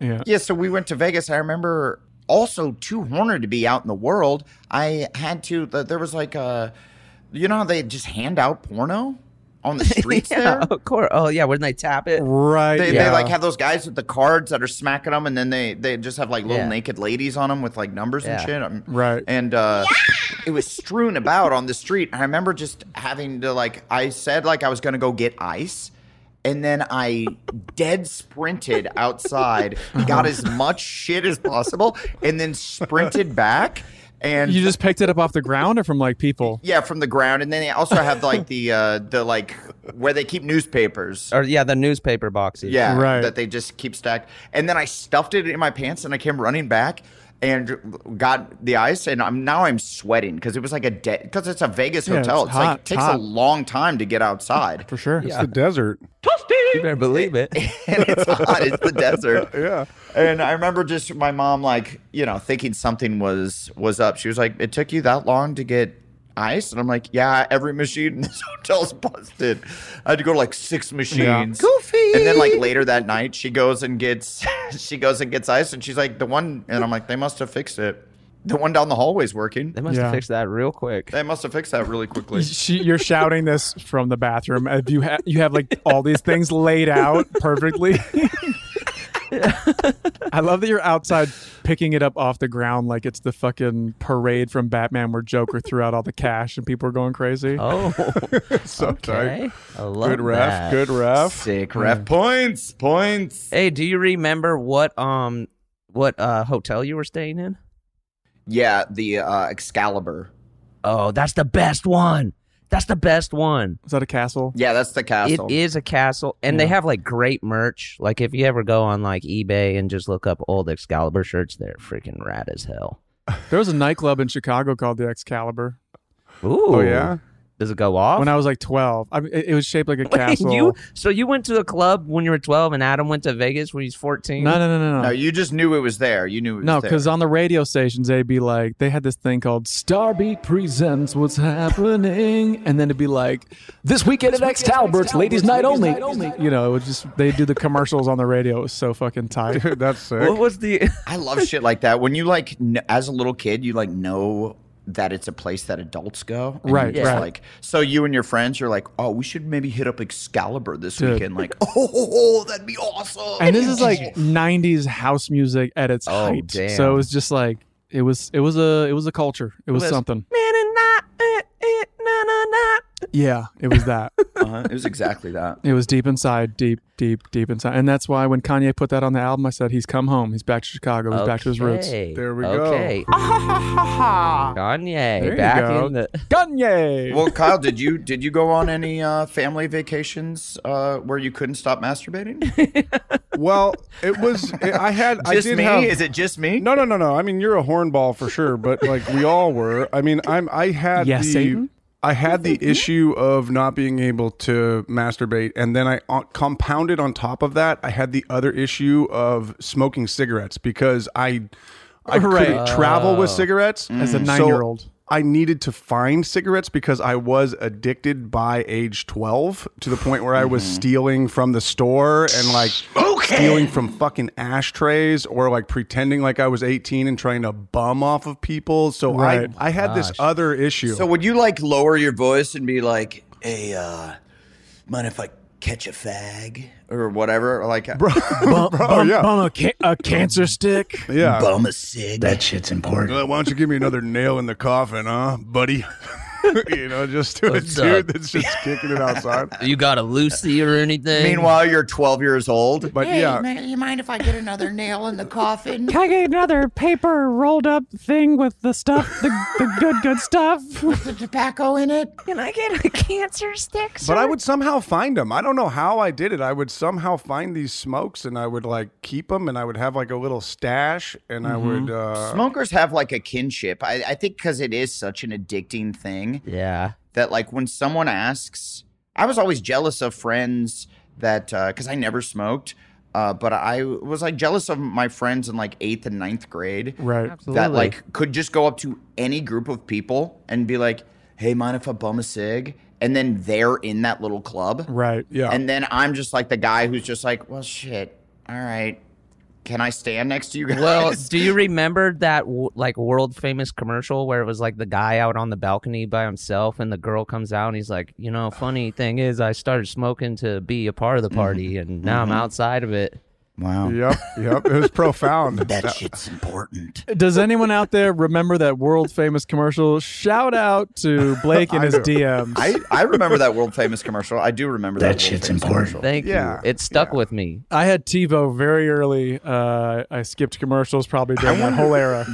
A: Yeah.
F: Yeah, so we went to Vegas. I remember also too horny to be out in the world. I had to. th- There was like a, you know, how they just hand out porno on the streets
H: Yeah,
F: there.
H: of course. Oh yeah, wouldn't they tap it?
A: Right.
F: They, they
H: yeah.
F: like have those guys with the cards that are smacking them, and then they they just have like little
H: Yeah.
F: naked ladies on them with like numbers and
H: Yeah.
F: shit. Um,
A: Right.
F: And uh, it was strewn about on the street. And I remember just having to like I said like I was gonna go get ice. And then I dead sprinted outside, got as much shit as possible, and then sprinted back. And
A: You just picked it up off the ground or from like people?
F: yeah, from the ground. And then they also have like the uh, the like where they keep newspapers.
H: Or yeah, the newspaper boxes.
F: Yeah,
A: Right.
F: that they just keep stacked. And then I stuffed it in my pants and I came running back and got the ice. And I'm now I'm sweating because it was like a dead because it's a Vegas
A: Yeah,
F: hotel.
A: it's
F: It's,
A: hot,
F: like takes a
A: hot.
F: long time to get outside.
A: For sure.
G: It's the desert.
H: You better believe it.
F: and it's hot. It's the desert.
G: Yeah.
F: And I remember just my mom like, you know, thinking something was was up. She was like, It took you that long to get ice? And I'm like, Yeah, every machine in this hotel's busted. I had to go to like six machines.
H: Goofy.
F: And then like later that night, she goes and gets she goes and gets ice, and she's like the one, and I'm like they must have fixed it. The one down the hallway's working.
H: They must
A: Yeah.
H: have fixed that real quick.
F: They must have fixed that really quickly.
A: She, you're shouting this from the bathroom. If you have you have like all these things laid out perfectly. I love that you're outside picking it up off the ground like it's the fucking parade from Batman where Joker threw out all the cash and people are going crazy.
H: Oh,
G: So
H: okay.
G: tight.
H: I love
G: Good ref.
H: that.
G: Good ref.
F: Sick ref points, points.
H: Hey, do you remember what um what uh hotel you were staying in?
F: Yeah, the uh, Excalibur.
H: Oh, that's the best one. That's the best one.
A: Is that a castle?
F: Yeah, that's the castle.
H: It is a castle, and they have like great merch. Like if you ever go on like eBay and just look up old Excalibur shirts, they're freaking rad as hell.
A: There was a nightclub in Chicago called the Excalibur
H: Ooh,
G: Oh yeah.
H: Does it go off?
A: when I was like 12. I mean, it, it was shaped like a castle.
H: you so you went to a club when you were twelve, and Adam went to Vegas when he's fourteen.
A: no, no, no, no, no.
F: No, you just knew it was there. You knew it was
A: No,
F: there.
A: because on the radio stations they'd be like, they had this thing called Starbeat Presents What's Happening, and then it'd be like,
E: This weekend at X Talbert's Ladies Night Only.
A: you know, it would just they do the commercials on the radio. It was so fucking tight.
G: Dude, that's sick.
H: What was the?
F: I love shit like that. When you like, kn- as a little kid, you like know that it's a place that adults go. and
A: Right,
F: you're just
A: right.
F: Like, so you and your friends, you're like, oh, we should maybe hit up Excalibur this
A: Dude.
F: weekend. Like, oh, that'd be awesome.
A: And this is like '90s house music at its
H: Oh,
A: height.
H: damn.
A: So it was just like it was it was a it was a culture. It was
H: was-
A: something.
H: eh,
A: Yeah, it was that.
F: Uh-huh, it was exactly that.
A: it was deep inside, deep, deep, deep inside, and that's why when Kanye put that on the album, I said he's come home. He's back to Chicago. He's back to his roots.
H: Okay.
G: There we go.
H: okay. go. Kanye,
A: There you
H: back
A: go.
H: in the.
A: Kanye.
F: Well, Kyle, did you did you go on any uh, family vacations uh, where you couldn't stop masturbating?
G: Well, it was. It, I had. I
F: Just
G: did
F: me?
G: have.
F: is it just me?
G: No, no, no, no. I mean, you're a hornball for sure, but like we all were. I mean, I'm. I had
A: Yes,
G: the.
A: Satan? Mm-hmm.
G: I had the issue of not being able to masturbate, and then I uh, compounded on top of that. I had the other issue of smoking cigarettes because I, I
A: Right. Oh.
G: couldn't travel with cigarettes Mm.
A: As a
G: So
A: nine-year-old.
G: I needed to find cigarettes because I was addicted by age 12 to the point where I was
F: Mm-hmm.
G: stealing from the store and like stealing from fucking ashtrays or like pretending like I was 18 and trying to bum off of people. So
F: Right.
G: I, I had this
F: Gosh.
G: other issue.
F: So would you like lower your voice and be like, "Hey, uh, mind if I catch a fag or whatever?" Or like, bro,
L: Bum, bum, bum a, ca- a cancer stick.
G: Oh, Yeah.
F: bum a cig.
L: That shit's important.
G: Why don't you give me another nail in the coffin, huh, buddy? you know, just to
F: What's
G: a dude
F: up?
G: that's just kicking it outside.
H: You got a Lucy or anything?
F: Meanwhile, you're 12 years old.
G: But
M: hey,
G: yeah,
M: man, you mind if I get another nail in the coffin?
N: Can I get another paper rolled up thing with the stuff, the, the good, good stuff?
M: With the tobacco in it?
N: Can I get a cancer stick?
G: But I would somehow find them. I don't know how I did it. I would somehow find these smokes and I would like keep them and I would have like a little stash and I would. Uh,
F: Smokers have like a kinship. I, I think because it is such an addicting thing.
H: Yeah.
F: That like when someone asks, I was always jealous of friends that because I never smoked. Uh, but I was like jealous of my friends in like eighth and ninth grade,
G: right?
F: That like could just go up to any group of people and be like, "Hey, mind if I bum a cig?" And then they're in that little club,
G: Right. Yeah.
F: And then I'm just like the guy who's just like, "Well, shit, all right, can I stand next to you guys?"
H: Well, do you remember that w- like world famous commercial where it was like the guy out on the balcony by himself and the girl comes out and he's like, you know, funny thing is I started smoking to be a part of the party
A: Mm-hmm.
H: and now
F: Mhm.
H: I'm outside of it.
F: Wow.
G: Yep. Yep. It was profound.
F: that shit's important.
A: Does anyone out there remember that world famous commercial? Shout out to Blake and
F: I
A: his
F: do.
A: DMs.
F: I, I remember that world famous commercial. I do remember that. That shit's important.
H: Thank
A: Yeah,
H: you. It stuck with me.
A: I had TiVo very early. Uh, I skipped commercials probably during that whole era.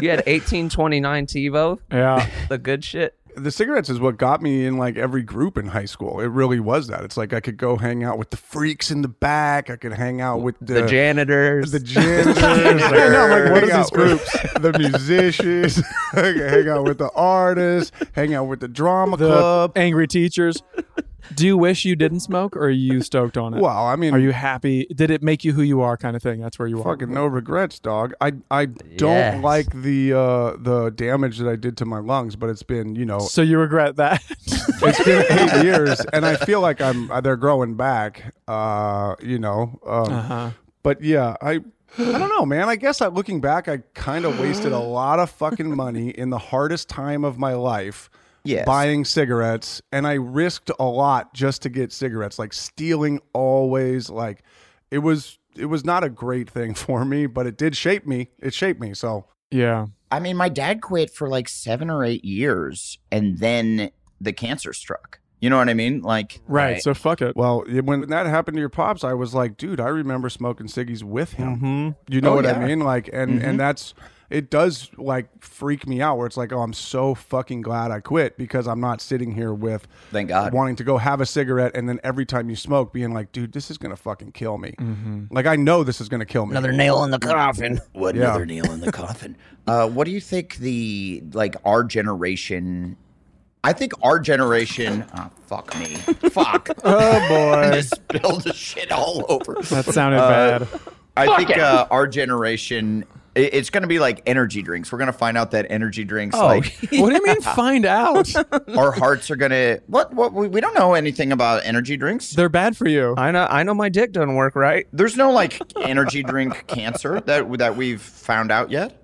H: You had 1829 TiVo.
A: Yeah.
H: The good shit.
G: The cigarettes is what got me in like every group in high school. It really was that. It's like I could go hang out with the freaks in the back. I could hang out with the,
H: The janitors.
G: The janitors. I know, I'm like, what is these groups? the musicians. I could hang out with the artists. Hang out with the drama
A: The
G: club.
A: angry teachers. Do you wish you didn't smoke, or are you stoked on it?
G: Well, I mean-
A: are you happy? Did it make you who you are? Kind of thing. That's where you are.
G: Fucking no regrets, dog. I I don't
A: Yes.
G: like the uh the damage that I did to my lungs, but it's been you know
A: So you regret that?
G: it's been eight years, and I feel like I'm uh, they're growing back. Uh, you know. Um,
A: Uh-huh.
G: But yeah, I. I don't know, man. I guess I, looking back, I kind of wasted a lot of fucking money in the hardest time of my life
F: Yes.
G: buying cigarettes. And I risked a lot just to get cigarettes, like stealing always. Like it was, it was not a great thing for me, but it did shape me. It shaped me. So
A: yeah.
F: I mean, my dad quit for like seven or eight years, and then the cancer struck. You know what I mean? Like,
A: Right, so fuck it.
G: Well, it- when that happened to your pops, I was like, dude, I remember smoking ciggies with him. You know
F: Oh,
G: what
F: yeah.
G: I mean? Like, and
F: Mhm.
G: and that's it does like freak me out where it's like, oh, I'm so fucking glad I quit because I'm not sitting here with
F: thank God
G: wanting to go have a cigarette and then every time you smoke being like, dude, this is gonna fucking kill me.
F: Mhm.
G: Like I know this is gonna kill me.
O: Another nail in the coffin.
F: What
G: Yeah.
F: another nail in the coffin? Uh, what do you think the like our generation? I think our generation. Oh, fuck me. Fuck.
A: oh boy.
F: Just spilled the shit all over.
A: That sounded
F: Uh,
A: bad.
F: I
A: Fuck
F: think
A: it.
F: uh, our generation. i- It's going to be like energy drinks. We're going to find out that energy drinks.
A: Oh,
F: like,
A: what do you mean find out?
F: our hearts are going to. What? What? We, we don't know anything about energy drinks.
A: They're bad for you.
H: I know. I know my dick doesn't work right.
F: There's no like energy drink cancer that that we've found out yet.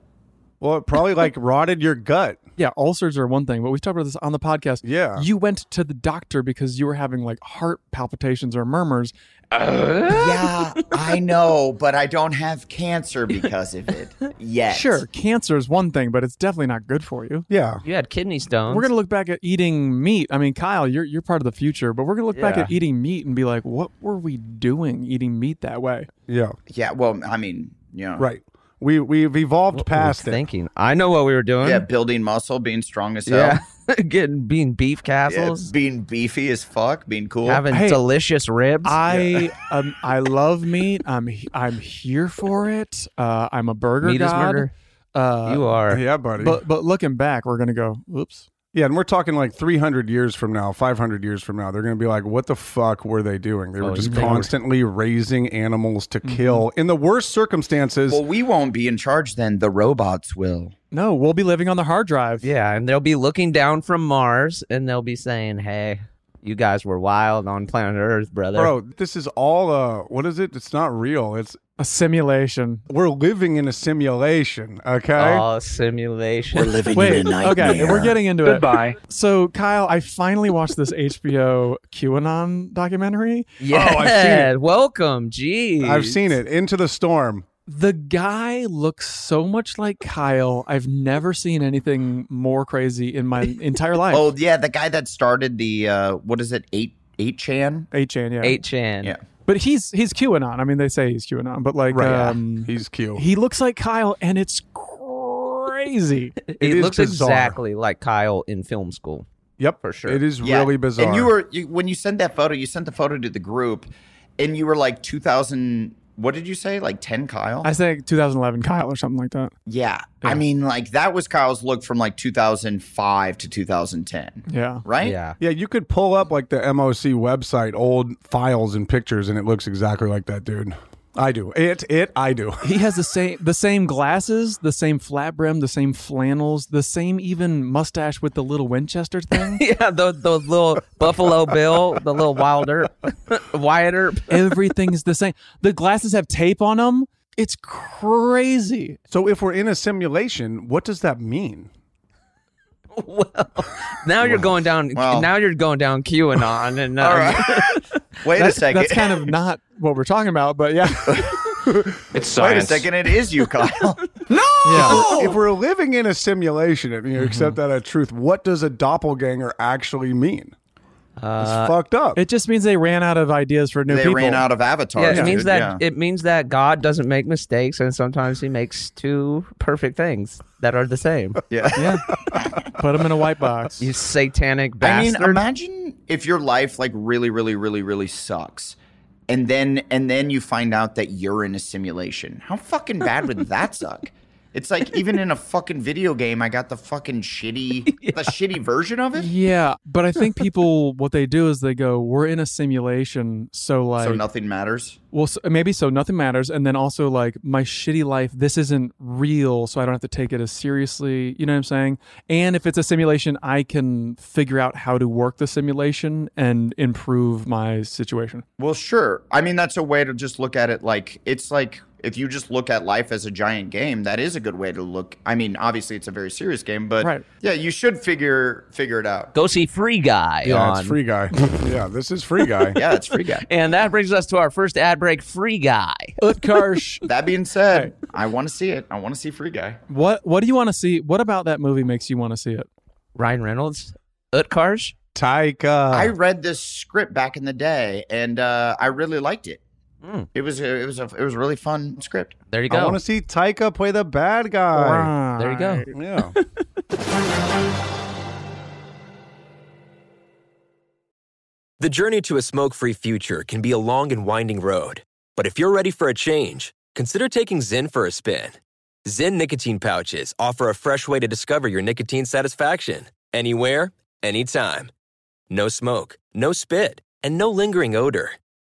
G: Well, it probably like rotted your gut.
A: Yeah, ulcers are one thing, but we've talked about this on the podcast.
G: Yeah.
A: You went to the doctor because you were having like heart palpitations or murmurs.
F: yeah, I know, but I don't have cancer because of it yet.
A: Sure, cancer is one thing, but it's definitely not good for you.
G: Yeah.
H: You had kidney stones.
A: We're gonna look back at eating meat. I mean, Kyle, you're you're part of the future, but we're gonna look back
F: Yeah.
A: at eating meat and be like, what were we doing eating meat that way?
G: Yeah.
F: Yeah. Well, I mean, you know,
G: Right. We we've evolved past it.
H: thinking. I know what we were doing.
F: Yeah, building muscle, being strong as hell.
H: Yeah. Getting being beef castles.
F: Yeah, being beefy as fuck, being cool,
H: Having delicious ribs.
A: I um I love meat. I'm he- I'm here for it. Uh, I'm a burger
H: Meat is
A: god.
H: murder.
A: Uh,
H: You are.
G: Yeah, buddy.
A: But but looking back, we're gonna go. Oops,
G: Yeah, and we're talking like 300 years from now, 500 years from now, they're going to be like, what the fuck were they doing? They were
F: Oh,
G: just
F: you think-
G: constantly raising animals to kill in the worst circumstances.
F: Well, we won't be in charge then. The robots will.
A: No, we'll be living on the hard drive.
H: Yeah, and they'll be looking down from Mars and they'll be saying, "Hey, you guys were wild on planet Earth, brother."
G: Bro, this is all, uh, what is it? It's not real. It's
A: a simulation.
G: We're living in a simulation, okay?
H: Oh, simulation. We're
G: living
A: Wait, okay, we're getting into it.
G: Goodbye.
A: So, Kyle, I finally watched this HBO QAnon documentary.
H: Yeah, welcome. Jeez.
G: I've seen it. Into the Storm.
A: The guy looks so much like Kyle. I've never seen anything more crazy in my entire life.
F: Oh yeah, the guy that started the uh, what is it? Eight eight chan.
A: Eight chan. Yeah.
H: 8chan.
F: Yeah.
A: But he's he's QAnon. I mean, they say he's QAnon, but like,
G: Right, yeah.
A: um,
G: he's Q.
A: He looks like Kyle, and it's crazy.
H: It looks exactly like Kyle in film school.
G: Yep,
H: for sure.
G: It is
F: Yeah. And you were you, when you sent that photo, you sent the photo to the group, and you were like two thousand. What did you say? Like ten, Kyle.
A: I think 2011 Kyle or something like that.
F: yeah. I mean, like that was Kyle's look from like 2005 to 2010.
A: Yeah.
F: Right?
H: Yeah.
G: Yeah, you could pull up like the MOC website, old files and pictures, and it looks exactly like that dude. I do. It, it, I do.
A: He has the same the same glasses, the same flat brim, the same flannels, the same even mustache with the little Winchester thing.
H: yeah, the the little Buffalo Bill, the little Wild Earp, Wyatt Earp.
A: Everything's the same. The glasses have tape on them. It's crazy.
G: So if we're in a simulation, what does that mean?
H: Now you're going down. now you're going down QAnon, and uh,
F: Wait
A: that's,
F: a second.
A: That's kind of not what we're talking about, but yeah.
F: It's
G: science.
F: Wait a second. It is you, Kyle.
G: If,
F: Oh.
G: we're, if we're living in a simulation and you accept that as truth, what does a doppelganger actually mean?
H: Uh,
G: it's fucked up.
A: It just means they ran out of ideas for new people.
H: Yeah, it means that it means that God doesn't make mistakes, and sometimes He makes two perfect things that are the same.
F: Yeah,
A: yeah. Put them in a white box.
H: You satanic
F: I
H: bastard.
F: mean, imagine if your life like really, really, really, really sucks, and then and then you find out that you're in a simulation. How fucking bad would that suck? It's like even in a fucking video game, I got the fucking shitty, the shitty version of it.
A: Yeah, but I think people what they do is they go, "We're in a simulation, so like
F: so nothing matters.
A: Well, so, maybe so. Nothing matters, and then also like my shitty life. This isn't real, so I don't have to take it as seriously. You know what I'm saying? And if it's a simulation, I can figure out how to work the simulation and improve my situation.
F: Well, sure. I mean, that's a way to just look at it like it's like if you just look at life as a giant game, that is a good way to look. I mean, obviously it's a very serious game, but
H: Right.
F: yeah, you should figure figure it out.
H: Go see Free Guy.
F: Yeah,
H: on.
F: it's Free
G: Guy. yeah, this is Free Guy.
F: Yeah, it's Free Guy.
H: And that brings us to our first ad break. Free Guy.
A: Utkarsh.
F: that being said, I want to see it. I want to see Free Guy.
A: What What do you want to see? What about that movie makes you want to see it?
H: Ryan Reynolds, Utkarsh,
G: Taika.
F: I read this script back in the day, and uh, I really liked it. It was a, it was a, it was a really fun script.
H: There
G: I want to see Taika play the bad guy.
H: There you go.
G: Yeah.
J: The journey to a smoke free future can be a long and winding road, but if you're ready for a change, consider taking Zen for a spin. Zen nicotine pouches offer a fresh way to discover your nicotine satisfaction anywhere, anytime. No smoke, no spit, and no lingering odor.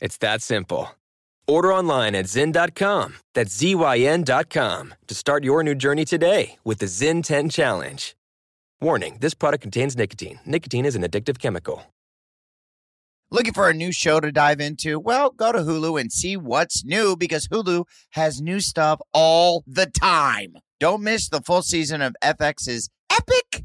J: It's that simple. Order online at Zen.com, that's ZYN.com, to start your new journey today with the Zen 10 Challenge. Warning this product contains nicotine. Nicotine is an addictive chemical.
D: Looking for a new show to dive into? Well, go to Hulu and see what's new because Hulu has new stuff all the time. Don't miss the full season of FX's epic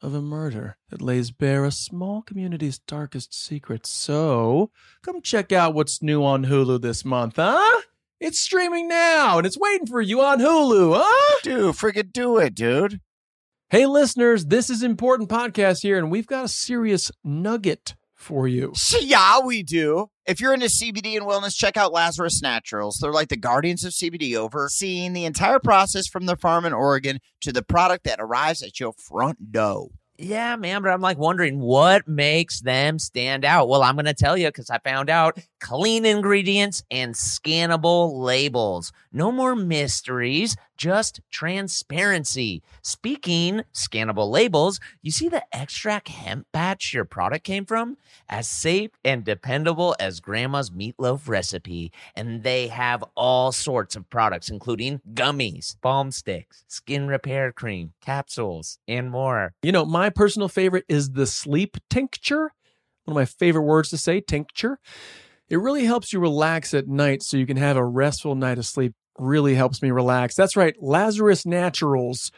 A: of a murder that lays bare a small community's darkest secrets. So, come check out what's new on Hulu this month, huh? It's streaming now and it's waiting for you on Hulu, huh?
D: Dude, friggin' do it, dude.
A: Hey, listeners, this is Important Podcast here, and we've got a serious nugget for you.
D: Yeah, we do. If you're into CBD and wellness, check out Lazarus Naturals. They're like the guardians of CBD, overseeing the entire process from the farm in Oregon to the product that arrives at your front door.
B: Yeah, man, but I'm like wondering what makes them stand out. Well, I'm going to tell you because I found out clean ingredients and scannable labels. No more mysteries, just transparency. Speaking scannable labels, you see the extract hemp batch your product came from? As safe and dependable as grandma's meatloaf recipe. And they have all sorts of products, including gummies, balm sticks, skin repair cream, capsules, and more.
A: You know, my personal favorite is the sleep tincture. One of my favorite words to say, tincture. It really helps you relax at night so you can have a restful night of sleep. Really helps me relax. That's right, Lazarus Naturals,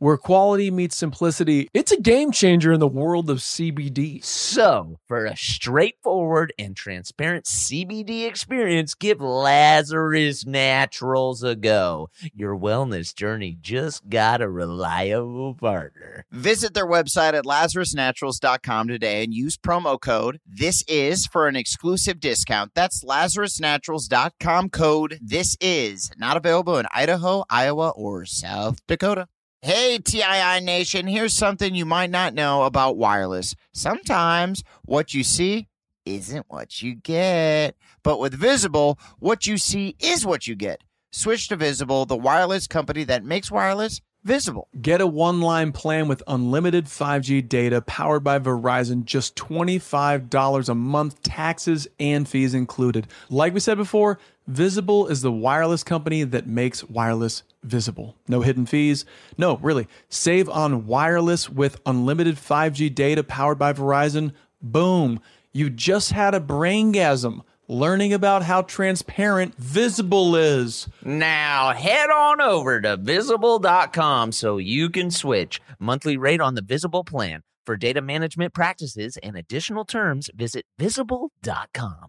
A: where quality meets simplicity. It's a game changer in the world of CBD.
B: So, for a straightforward and transparent CBD experience, give Lazarus Naturals a go. Your wellness journey just got a reliable partner.
D: Visit their website at lazarusnaturals.com today and use promo code This Is for an exclusive discount. That's lazarusnaturals.com code This Is. Not available in Idaho, Iowa, or South Dakota. Hey, TII Nation, here's something you might not know about wireless. Sometimes what you see isn't what you get. But with Visible, what you see is what you get. Switch to Visible, the wireless company that makes wireless visible.
A: Get a one line plan with unlimited 5G data powered by Verizon, just $25 a month, taxes and fees included. Like we said before, Visible is the wireless company that makes wireless visible. No hidden fees. No, really. Save on wireless with unlimited 5G data powered by Verizon. Boom. You just had a braingasm learning about how transparent Visible is.
B: Now head on over to visible.com so you can switch. Monthly rate on the Visible plan. For data management practices and additional terms, visit visible.com.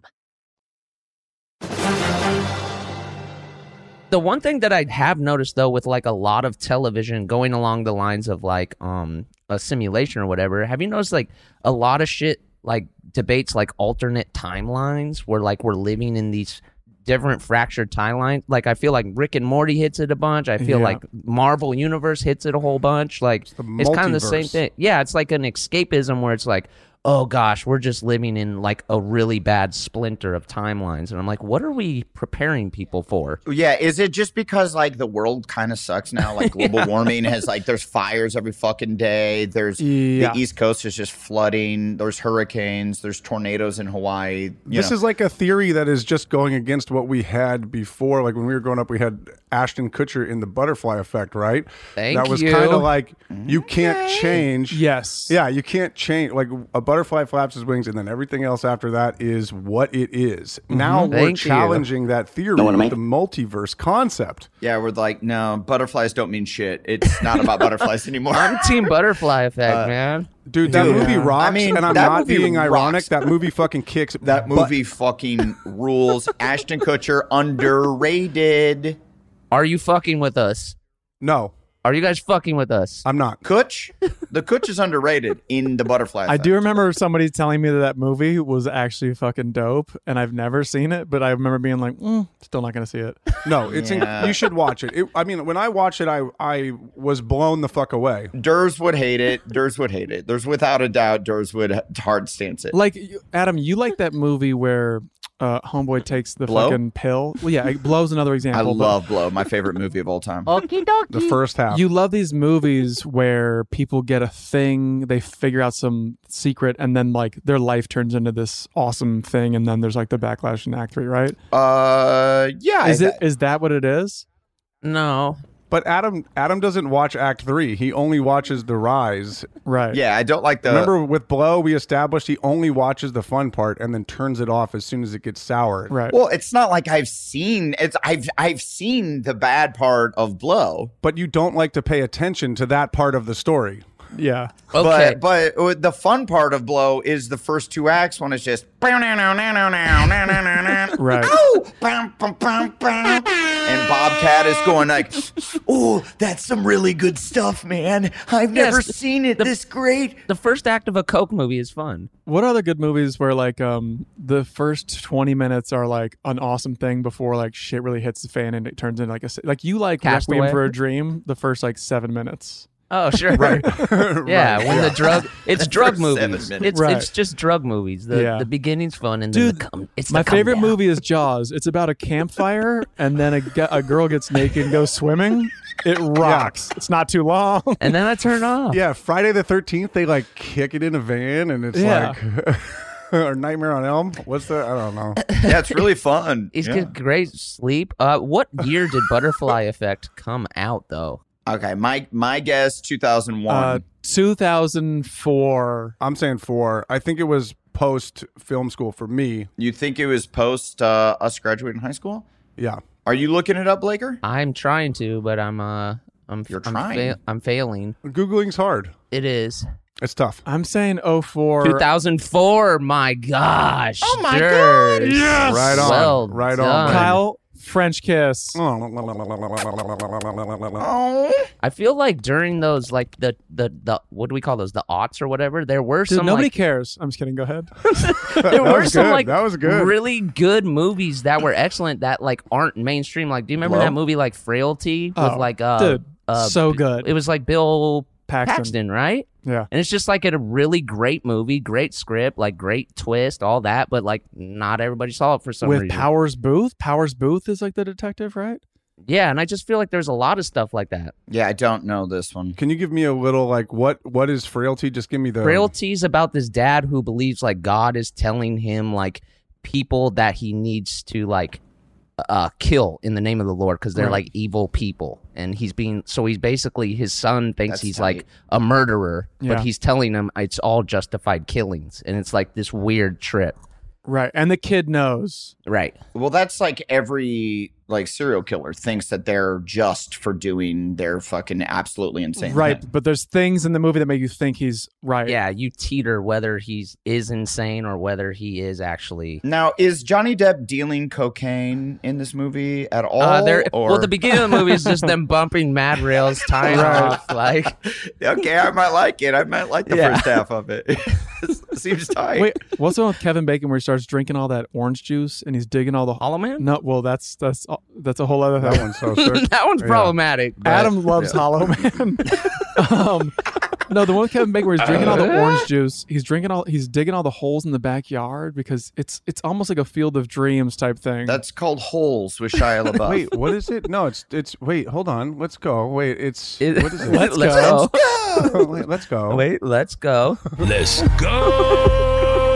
H: the one thing that I have noticed though with like a lot of television going along the lines of like um a simulation or whatever, have you noticed like a lot of shit like debates like alternate timelines where like we're living in these different fractured timelines. Like I feel like Rick and Morty hits it a bunch. I feel
O: Yeah.
H: like Marvel Universe hits it a whole bunch. Like it's, kind of the same
O: multiverse.
H: thing. Yeah, it's like an escapism where it's like, oh gosh, we're just living in like a really bad splinter of timelines. And I'm like, what are we preparing people for?
F: Yeah, is it just because like the world kind of sucks now? Like global
H: Yeah.
F: warming has like there's fires every fucking day. There's
G: Yeah.
F: the East Coast is just flooding. There's hurricanes. There's tornadoes in Hawaii. you
G: This
F: know.
G: is like a theory that is just going against what we had before. Like when we were growing up, we had Ashton Kutcher in the Butterfly Effect, right?
H: Thank
G: that was
H: you.
G: kind of like you can't change.
A: Yes.
G: Yeah, you can't change. Like a butterfly flaps his wings, and then everything else after that is what it is. Now
F: Mhm.
G: we're
F: Thank you.
G: challenging that theory
F: Know what I
G: with
F: mean?
G: the multiverse concept.
F: yeah, we're like no, butterflies don't mean shit. It's not about butterflies anymore.
H: I'm Team Butterfly Effect,
F: Uh,
H: man.
G: Dude, that
F: Dude.
G: movie
F: Yeah.
G: rocks,
F: I mean,
G: and I'm
F: that
G: not
F: movie
G: being ironic.
F: rocks.
G: That movie fucking kicks.
F: That movie fucking rules. Ashton Kutcher underrated.
H: Are you fucking with us?
G: No.
H: Are you guys fucking with us?
G: I'm not.
F: Kutch, the Kutch is underrated in the Butterfly.
N: I
F: Effect.
N: do remember somebody telling me that that movie was actually fucking dope, and I've never seen it, but I remember being like, mm, still not going to see it.
G: No, it's
F: Yeah.
G: in, you should watch it. it. I mean, when I watched it, I I was blown the fuck away.
F: Durs would hate it. Durs would hate it. There's without a doubt Durs would hard stance it.
A: Like, you- Adam, you like that movie where
N: uh, homeboy takes the
F: Blow?
N: fucking pill. Well, yeah, it blows another
F: I
N: example. but-
F: love Blow, my favorite movie of all time.
N: Okie dokie.
F: The first half.
N: You love these movies where people get a thing, they figure out some secret, and then like their life turns into this awesome thing, and then there's like the backlash in Act Three, right?
F: Uh, yeah.
N: Is
G: I-
N: it is that what it is?
H: No.
G: But Adam Adam doesn't watch Act Three. He only watches the rise.
N: Right.
F: Yeah, I don't like the.
G: Remember with Blow, we established he only watches the fun part and then turns it off as soon as it gets sour.
N: Right.
F: Well, it's not like I've seen it's I've I've seen the bad part of Blow.
G: But you don't like to pay attention to that part of the story.
N: Yeah.
H: Okay.
F: But but uh, the fun part of Blow is the first two acts when it's just
N: Right.
F: Oh, bum, bum, bum, bum. and Bobcat is going like, "Oh, that's some really good stuff, man. I've
H: Yes,
F: never seen it this great."
H: The first act of a Coke movie is fun.
N: What other good movies where like um the first twenty minutes are like an awesome thing before like shit really hits the fan and it turns into like a s- like you like Requiem
H: Castaway?
N: for a Dream the first like seven minutes.
H: Oh, sure.
N: Right.
H: yeah,
N: Right.
H: when
N: Yeah.
H: the drug it's
N: The
H: drug
N: first seven
H: movies.
N: minutes.
H: It's
N: Right.
H: it's just drug movies. The
N: Yeah.
H: the beginning's fun and then the come, it's
N: my
H: the come
N: favorite
H: down.
N: movie is Jaws. It's about a campfire, and then a, gu- a girl gets naked and goes swimming. It rocks. It's not too long.
H: And then I turn off.
G: Yeah, Friday the thirteenth, they like kick it in a van and it's
N: Yeah.
G: like or Nightmare on Elm. What's the I don't know.
F: Yeah, it's really fun.
H: He's
G: Yeah.
H: getting great sleep. Uh, what year did Butterfly Effect come out though?
F: Okay, my my guess, two thousand one.
G: Uh,
N: 2004.
G: I'm saying four. I think it was post film school for me.
F: you think it was post uh, us graduating high school?
G: Yeah.
F: Are you looking it up, Blaker?
H: I'm trying to, but I'm uh I'm
F: You're
H: I'm
F: trying.
H: fail- I'm failing.
G: Googling's hard.
H: It is.
G: It's tough.
N: I'm saying 04.
H: 2004. My gosh.
N: Oh my
H: Durs.
N: God, yes!
G: Right on.
H: Well
G: right
H: done.
G: on.
N: Kyle, French kiss.
H: I feel like during those, like the the the what do we call those? The aughts or whatever. There were
N: Dude,
H: some
N: nobody
H: like
N: cares. I'm just kidding. Go ahead.
H: there
N: That
H: were
N: was
H: some
N: good.
H: like
N: That was good.
H: really good movies that were excellent that like aren't mainstream. Like, do you remember
N: Hello?
H: that movie like Frailty
N: Oh,
H: with like uh,
N: dude,
H: uh,
N: so
H: B-
N: good.
H: It was like Bill
N: Paxton.
H: Paxton, right?
N: Yeah. And
H: it's just like a really great movie, great script, like great twist, all that, but like not everybody saw it for some
N: With
H: reason.
N: Powers Booth. Powers Booth is like the detective, right?
H: yeah, and I just feel like there's a lot of stuff like that.
F: Yeah, I don't know this one.
G: Can you give me a little like what what is frailty? Just give me the
H: Frailty's about this dad who believes like God is telling him like people that he needs to like uh kill in the name of the Lord because they're
O: Right.
H: like evil people and he's being so he's basically his son thinks
O: That's
H: he's
O: tight.
H: like a murderer
N: Yeah.
H: but he's telling him it's all justified killings and it's like this weird trip.
N: Right. And the kid knows.
H: Right.
F: Well, that's like every like serial killer thinks that they're just for doing their fucking absolutely insane.
N: Right.
F: thing.
N: But there's things in the movie that make you think he's right.
H: Yeah, you teeter whether he's is insane or whether he is actually
F: Now, is Johnny Depp dealing cocaine in this movie at all?
H: Uh, there-
F: or...
H: Well, the beginning of the movie is just them bumping mad rails, tying
F: Right.
H: off, like
F: okay, I might like it. I might like the
H: Yeah.
F: first half of it. it seems tight.
N: Wait, what's the one with Kevin Bacon where he starts drinking all that orange juice and he's digging all the
H: Hollow Man?
N: No, well that's that's uh, that's a whole other
G: That
N: thing.
G: one's so sick.
H: that one's problematic. but-
N: Adam loves Hollow Man. um, no, the one with Kevin Bacon where he's drinking all
H: Uh.
N: the orange juice. He's drinking all he's digging all the holes in the backyard because it's it's almost like a field of dreams type thing.
F: That's called holes with Shia LaBeouf.
G: Wait, what is it? No, it's it's wait, hold on. Let's go. Wait, it's what is it?
H: Let's Let's go.
G: Wait, let's go.
H: Wait, let's go.
O: Let's go.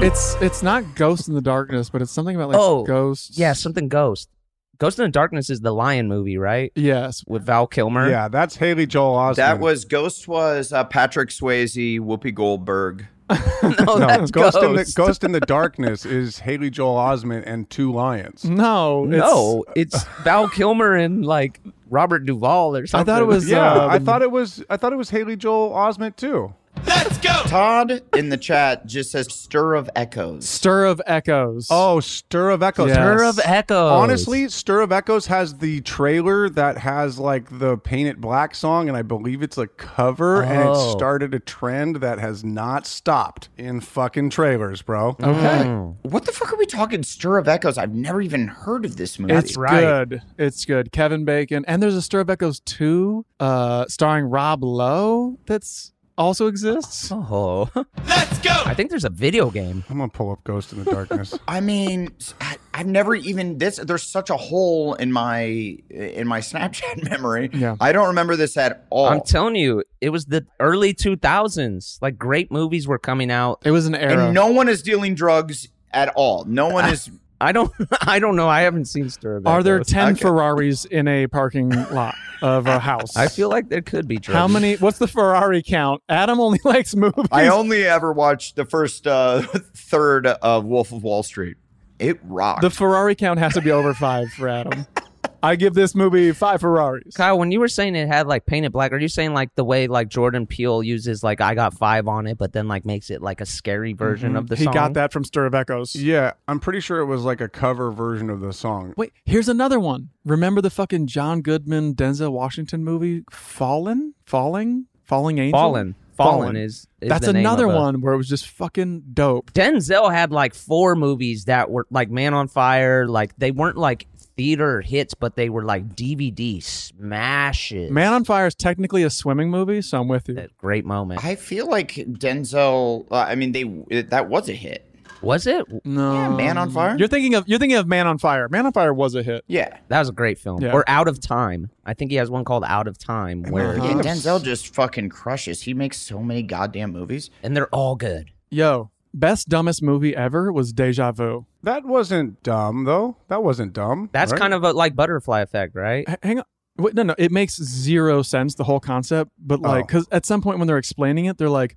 N: It's it's not Ghost in the Darkness, but it's something about like
H: oh,
N: ghosts.
H: Yeah, something ghost. Ghost in the Darkness is the Lion movie, right?
N: Yes,
H: with Val Kilmer.
G: Yeah, that's Haley Joel Osment.
F: That was Ghost was uh, Patrick Swayze, Whoopi Goldberg.
H: no, that's
G: Ghost, in the
H: Ghost.
G: Ghost in the Darkness is Haley Joel Osment and two lions.
N: No, it's-
H: no, it's Val Kilmer and like Robert Duvall or something.
G: yeah. I thought it was I thought it was Haley Joel Osment too.
F: Todd in the chat just says stir of echoes.
N: Stir of Echoes.
G: Oh, Stir of Echoes.
N: Yes. Stir of Echoes.
G: Honestly, Stir of Echoes has the trailer that has like the Paint It Black song, and I believe it's a cover, and it
N: Oh.
G: started a trend that has not stopped in fucking trailers, bro.
H: Hmm.
N: Oh.
F: What the fuck are we talking stir of echoes? I've never even heard of this movie.
N: It's good. It's good. Kevin Bacon. And there's a Stir of Echoes 2 uh, starring Rob Lowe. That's also exists?
H: Oh. Let's go. I think there's a video game.
G: I'm going to pull up Ghost in the Darkness.
F: I mean, I- I've never even this. There's such a hole in my in my Snapchat memory.
H: Yeah.
F: I don't remember this at all.
H: I'm telling you, it was the early 2000s. Like great movies were coming out.
N: It was an
F: and no one is dealing drugs at all. No
H: Ah,
F: one is.
H: I don't. I don't know. I haven't seen Stir.
N: Are there 10 Ferraris in a parking lot of a house?
H: I feel like there could be drugs.
N: How many? What's the Ferrari count? Adam only likes movies.
F: I only ever watched the first uh, third of Wolf of Wall Street. It rocked.
N: The Ferrari count has to be over five for Adam. I give this movie five Ferraris.
H: Kyle, when you were saying it had like painted black, are you saying like the way like Jordan Peele uses like I got five on it, but then like makes it like a scary version
N: Mhm.
H: of the
N: He
H: song?
N: got that from Stir of Echoes.
G: Yeah, I'm pretty sure it was like a cover version of the song.
N: Wait, here's another one. Remember the fucking John Goodman, Denzel Washington movie, Fallen, Falling, Falling Angel,
H: Fallen. Fallen is- is
N: that's
H: the name
N: another
H: of a-
N: one where it was just fucking dope.
H: Denzel had like four movies that were like Man on Fire. Like they weren't like theater hits, but they were like DVD smashes.
N: Man on Fire is technically a swimming movie, so I'm with you.
H: Great moment.
F: I feel like Denzel. Uh, I mean, they that was a hit.
H: Was it?
N: No.
F: Yeah, Man on Fire.
N: Um, You're thinking of you're thinking of Man on Fire. Man on Fire was a hit.
F: Yeah.
H: That was a great film.
N: Yeah.
H: Or Out of Time. I think he has one called Out of Time where
N: Uh-huh.
F: Yeah, Denzel just fucking crushes. He makes so many goddamn movies,
H: and they're all good.
N: Yo, best dumbest movie ever was Deja Vu.
G: That wasn't dumb though. That wasn't dumb.
H: That's
G: right?
H: kind of a, like butterfly effect, right?
N: H- hang on. Wait, no, no, it makes zero sense the whole concept. But like, because at some point when they're explaining it, they're like,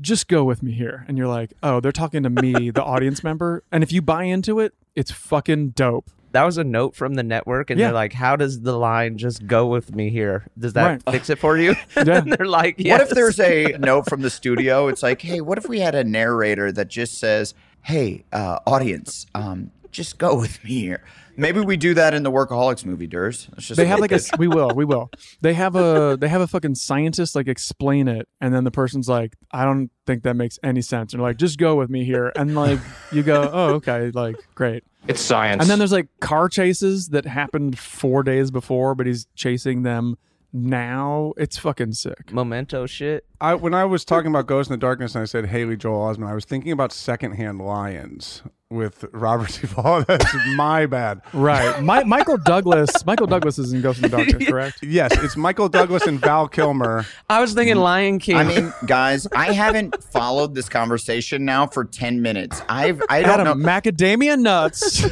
N: "Just go with me here," and you're like, "Oh, they're talking to me, the audience member." And if you buy into it, it's fucking dope.
H: That was a note from the network, and
N: Yeah.
H: they're like, "How does the line just go with me here? Does that
N: Right.
H: fix it for you?" and they're like,
F: What if
H: "Yes."
F: there's a note from the studio? It's like, hey, what if we had a narrator that just says, hey, uh, audience, um, just go with me here. Maybe we do that in the Workaholics movie, Durs. Let's just
N: they have like a
F: this.
N: we will we will they have a they have a fucking scientist like explain it and then the person's like i don't think that makes any sense and they're like just go with me here and like you go oh okay like great
I: It's science.
N: and then there's like car chases that happened four days before but he's chasing them now it's fucking sick
H: memento shit
G: I when I was talking about Ghost in the Darkness and I said Haley Joel Osment, I was thinking about Secondhand Lions with Robert Duvall. That's my bad.
N: right My, michael douglas michael douglas is in ghost in the darkness correct
G: Yes, it's Michael Douglas and Val Kilmer.
H: I was
G: Mm.
H: thinking Lion King.
F: I mean, guys, I haven't followed this conversation now for ten minutes. I've I don't
N: Adam,
F: know.
N: macadamia nuts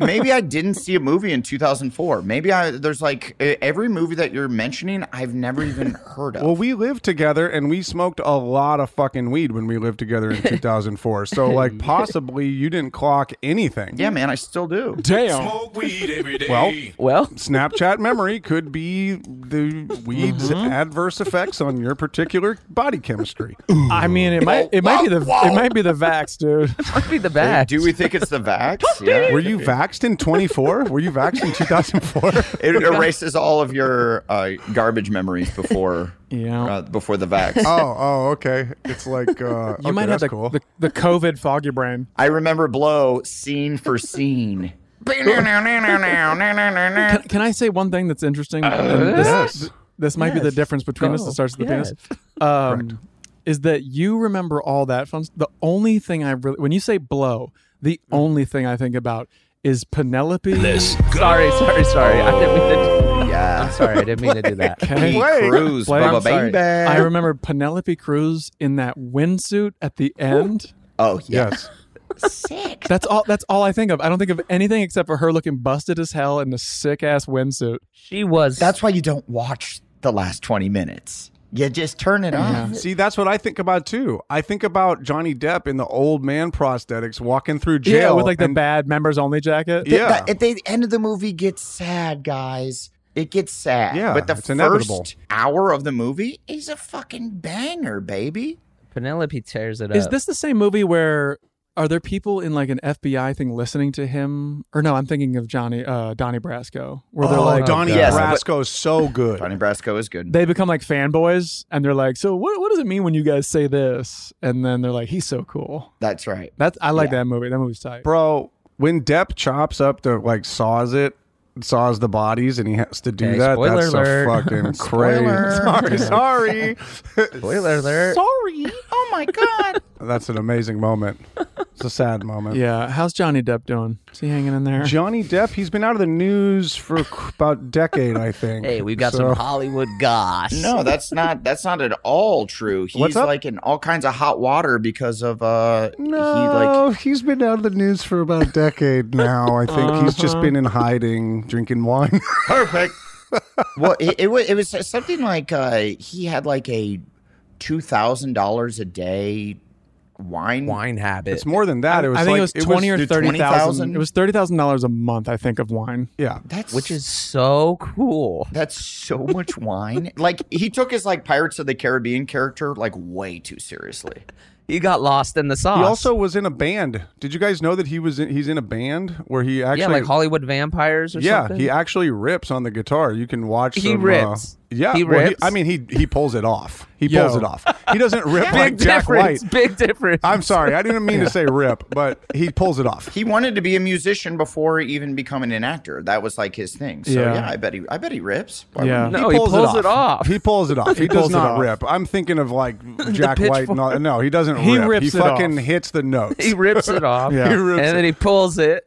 F: Maybe I didn't see a movie in 2004. Maybe I there's like eh, every movie that you're mentioning, I've never even heard of.
G: Well, we lived together and we smoked a lot of fucking weed when we lived together in 2004. So like possibly you didn't clock anything.
F: yeah, man, I still do.
N: damn
G: Well,
H: well,
G: Snapchat memory could be the weed's adverse effects on your particular body chemistry.
N: i mean it might it might be the it might be the vax dude
H: might be the bad.
F: Do we think it's the Vax? Yeah.
G: Were you vaxxed in 24? Were you vaxxed in 2004?
F: It erases all of your uh, garbage memories before
N: Yeah.
F: uh, before the Vax.
G: Oh, oh, okay. It's like uh,
N: you might have the, the, the covid foggy brain
F: I remember blow scene for scene.
N: Can, can I say one thing that's interesting? And this,
G: yes.
N: th- this might be the
H: Uh, Yes.
N: difference between us
H: Go.
N: that starts with the
H: Yes.
N: penis. Um, is that you remember all that fun? s- The only thing I really, when you say blow, the
G: Mm.
N: only thing I think about is Penelope. This
H: sorry, sorry, sorry. I didn't mean to.
F: Yeah.
H: I'm sorry, I didn't mean to do that.
N: Okay.
F: Cruise,
N: Blake,
F: Bubba
N: I'm
H: sorry.
F: Baby.
N: I remember Penelope Cruz in that windsuit at the end.
F: Oh yeah.
G: Yes.
M: Sick.
N: That's all. That's all I think of. I don't think of anything except for her looking busted as hell in a sick ass windsuit.
H: She was.
F: That's why you don't watch the last 20 minutes. You just turn it off.
G: See, that's what I think about too. I think about Johnny Depp in the old man prosthetics walking through jail
N: yeah, with like the
G: and-
N: bad members only jacket.
G: Yeah.
F: That- at the end of the movie gets sad, guys. It gets sad.
G: Yeah,
F: But the
G: it's
F: first
G: inevitable.
F: hour of the movie is a fucking banger, baby.
H: Penelope tears it
G: Uh,
N: Is
H: up.
N: this the same movie where are there people in like an FBI thing listening to him? Or no, I'm thinking of Johnny uh Donnie Brasco. Where they're
G: Oh,
N: like
G: Donnie
F: Yes, but-
G: Brasco's so good.
F: Johnny Brasco is good.
N: they become like fanboys and they're like, So what what does it mean when you guys say this? And then they're like, He's so cool.
F: That's right.
N: That's I like
F: Yeah.
N: that movie. That movie's tight.
G: Bro, when Depp chops up the like saws it saws the bodies and he has to do
B: Okay,
G: that.
B: spoiler
G: That's
B: alert.
G: so fucking crazy. Sorry, sorry.
B: Spoiler alert.
P: Sorry. Oh my god.
G: That's an amazing moment. It's a sad moment.
Q: Yeah. How's Johnny Depp doing? Is he hanging in there?
G: Johnny Depp, he's been out of the news for c- about a decade, I think.
Q: Hey,
R: we've got some
H: Hollywood gosh.
R: No, that's not that's not at all true. He's
G: What's up?
R: like in all kinds of hot water because of uh he like
G: No, he has Oh, been out of the news for about a decade now. I think he's just
R: Uh-huh.
G: been in hiding, drinking wine.
R: Perfect. well, it, it was it was something like uh, he had like a two thousand dollars a day wine
B: wine habit.
G: It's more than that. It was
Q: I think
G: like-
Q: it was
G: it was
Q: twenty or
G: the
Q: thirty thousand.
G: 20,000?
Q: It was thirty thousand dollars a month, I think, of wine.
G: Yeah,
R: That's
B: which is so cool.
R: That's so much wine. Like he took his like Pirates of the Caribbean character like way too seriously.
B: He got lost in the sauce.
G: He also was in a band. Did you guys know that he was in, he's in a band where he actually
B: yeah, like Hollywood vampires or
G: Yeah,
B: something.
G: he actually rips on the guitar. You can watch.
B: He
G: some, uh,
B: rips.
G: yeah,
B: He
G: well,
B: rips.
G: I mean, he he pulls it off. He
B: Yo.
G: pulls it off. He doesn't rip
B: Big
G: like Jack
B: difference,
G: White.
B: Big difference.
G: I'm sorry, I didn't mean to say rip, but he pulls it off.
R: He wanted to be a musician before even becoming an actor. That was like his thing. So
G: Yeah.
R: yeah, I bet he I bet he rips.
G: yeah,
R: wouldn't he?
G: He pulls it off. He,
R: He
G: does
R: pulls it
G: not
R: off.
G: rip. I'm thinking of like Jack White. And all,
B: pitchfork.
G: no, he doesn't
B: He
G: rip.
B: rips
G: he
B: it
G: fucking
B: off.
G: hits the notes.
B: he rips it off.
G: Yeah. He rips
B: and then
G: it.
B: he pulls it.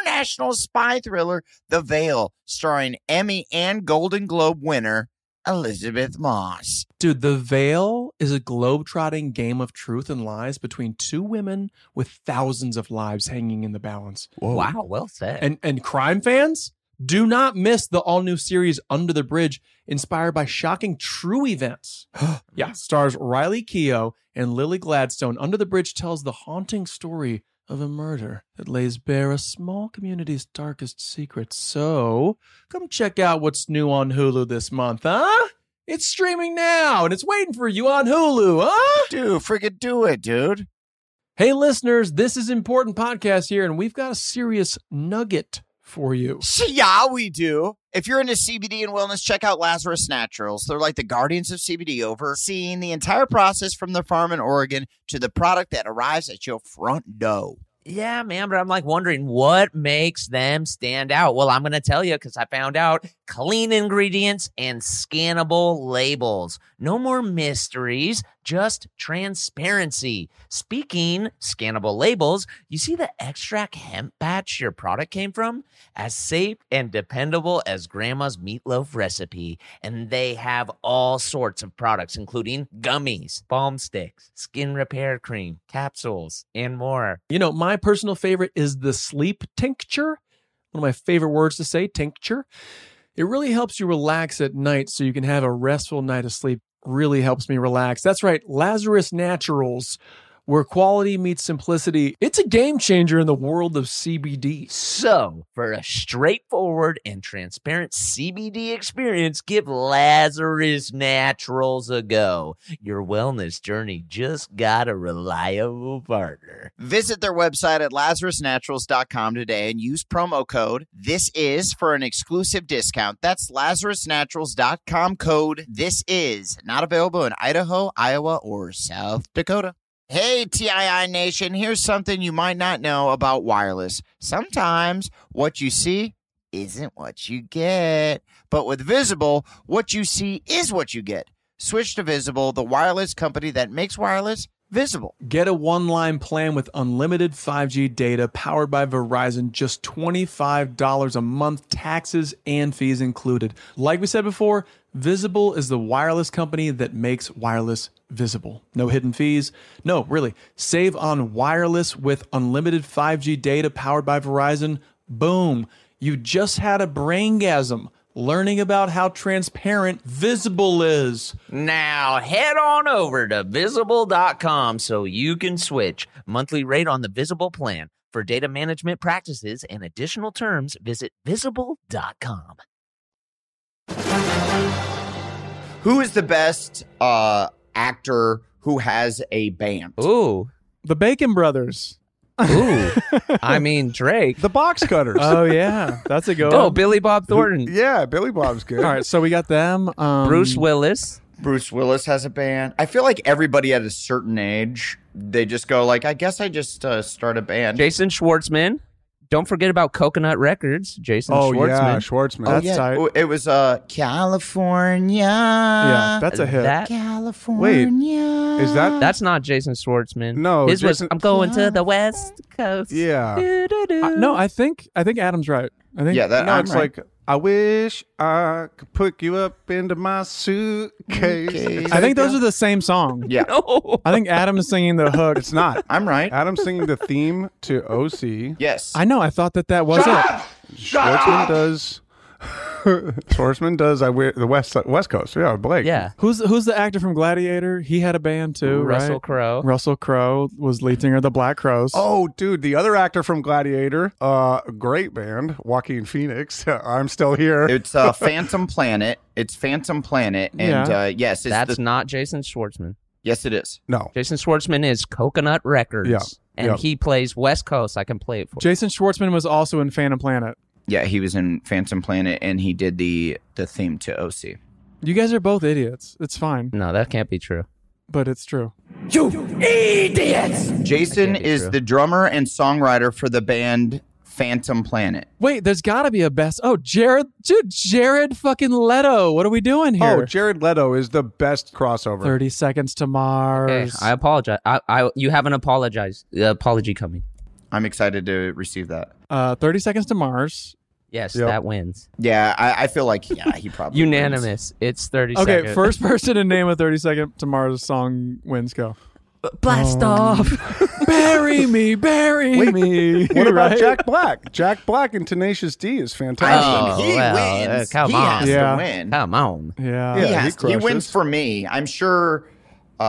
F: international spy thriller, The Veil, starring Emmy and Golden Globe winner Elizabeth Moss.
A: Dude, The Veil is a globetrotting game of truth and lies between two women with thousands of lives hanging in the balance.
B: Wow, well said.
A: And and crime fans, do not miss the all new series Under the Bridge, inspired by shocking true events. yeah, stars Riley Keough and Lily Gladstone. Under the Bridge tells the haunting story of a murder that lays bare a small community's darkest secrets. So, come check out what's new on Hulu this month, huh? It's streaming now and it's waiting for you on Hulu, huh?
F: Dude, friggin' do it, dude.
A: Hey, listeners, this is Important Podcast here, and we've got a serious nugget for you.
F: Yeah, we do. If you're into CBD and wellness, check out Lazarus Naturals. They're like the guardians of CBD, overseeing the entire process from their farm in Oregon to the product that arrives at your front door.
H: Yeah, man, but I'm like wondering what makes them stand out. Well, I'm going to tell you because I found out clean ingredients and scannable labels. No more mysteries, just transparency. Speaking scannable labels, you see the extract hemp batch your product came from? As safe and dependable as grandma's meatloaf recipe. And they have all sorts of products, including gummies, balm sticks, skin repair cream, capsules, and more.
A: You know, my personal favorite is the sleep tincture. One of my favorite words to say, tincture. It really helps you relax at night so you can have a restful night of sleep. Really helps me relax. That's right, Lazarus Naturals where quality meets simplicity. It's a game changer in the world of CBD.
B: So, for a straightforward and transparent CBD experience, give Lazarus Naturals a go. Your wellness journey just got a reliable partner.
D: Visit their website at lazarusnaturals.com today and use promo code This Is for an exclusive discount. That's lazarusnaturals.com code This Is. Not available in Idaho, Iowa, or South Dakota. Hey, TII Nation, here's something you might not know about wireless. Sometimes what you see isn't what you get. But with Visible, what you see is what you get. Switch to Visible, the wireless company that makes wireless visible.
A: Get a one line plan with unlimited 5G data powered by Verizon, just $25 a month, taxes and fees included. Like we said before, Visible is the wireless company that makes wireless visible. No hidden fees. No, really. Save on wireless with unlimited 5G data powered by Verizon. Boom. You just had a braingasm learning about how transparent Visible is.
B: Now head on over to visible.com so you can switch. Monthly rate on the Visible plan. For data management practices and additional terms, visit visible.com.
F: Who is the best uh, actor who has a band?
H: Ooh,
N: the Bacon Brothers.
H: Ooh, I mean Drake,
G: the box cutters.
A: Uh,
N: Oh yeah, that's a go.
H: Oh, Billy Bob Thornton.
G: yeah, Billy Bob's good.
N: All right, so we got them. Um,
G: Mm.
H: Bruce Willis.
F: Bruce Willis has a band. I feel like everybody at a certain age, they just go like, I guess I just uh, start a band.
H: Jason Schwartzman. Don't forget about Coconut Records, Jason
G: Oh,
H: Schwartzman.
G: yeah, Schwartzman.
F: Oh,
G: That's
F: yeah.
G: tight.
F: It was uh, California.
G: Yeah, that's a hit.
H: That-
F: California.
G: Is that?
H: that's not Jason Schwartzman.
G: No,
H: his was.
G: Jason-
H: I'm going to the West Coast.
G: Yeah.
H: Doo-doo-doo.
N: I- no, I think I think Adam's right. I think
F: Yeah, that,
G: No,
F: I'm
G: it's
F: right.
G: like I wish I could put you up into my suitcase.
N: I think those are the same song.
F: Yeah.
N: I think Adam is singing the hook.
G: It's not.
F: I'm right.
G: Adam's singing the theme to OC.
F: Yes.
N: I know. I thought that that was it.
G: Schwartzman does. Schwartzman does. I wear the West West Coast. Yeah, Blake.
H: Yeah.
N: Who's who's the actor from Gladiator? He had a band too,
H: Russell
N: right?
H: Crowe.
N: Russell Crowe was lead singer of the Black Crows.
G: Oh, dude, the other actor from Gladiator, uh, great band, Joaquin Phoenix. I'm still here.
F: It's uh, Phantom Planet. It's Phantom Planet, and
N: Yeah.
F: uh, yes, it's
H: That's
F: the,
H: not Jason Schwartzman.
F: yes, it is.
G: no,
H: Jason Schwartzman is Coconut Records.
G: Yeah,
H: And
G: yeah.
H: he plays West Coast. I can play it for you.
N: Jason Schwartzman was also in Phantom Planet.
F: Yeah, he was in Phantom Planet, and he did the the theme to OC.
N: You guys are both idiots. It's fine,
H: No, that can't be true.
N: but it's true.
F: Jason
H: be
F: is
H: true.
F: the drummer and songwriter for the band Phantom Planet.
N: Wait, there's got to be a best. Oh, Jared, dude, Jared fucking Leto. What are we doing here?
G: Oh, Jared Leto is the best crossover.
N: Thirty Seconds to
H: Okay,
N: Mars.
H: I apologize. I, I, you haven't apologized. The apology coming.
F: I'm excited to receive that.
N: uh, Thirty Seconds to Mars.
H: Yes,
G: Yep.
H: that wins.
F: Yeah, I, I feel like yeah, he probably wins.
H: Unanimous. It's 30
N: Okay,
H: seconds.
N: first person to name a Thirty Second to Mars song wins. Go. Um,
H: Blast off.
N: bury me, bury me.
G: What about
N: Right?
G: Jack Black? Jack Black and Tenacious D is fantastic.
F: I mean, he
H: Oh, well,
F: wins.
H: uh, come
F: he
H: on.
F: has
N: Yeah.
F: to win.
H: Come on.
N: Yeah.
G: Yeah,
F: he,
G: Oh. he
F: has, he,
G: crushes.
F: wins for me. I'm sure uh,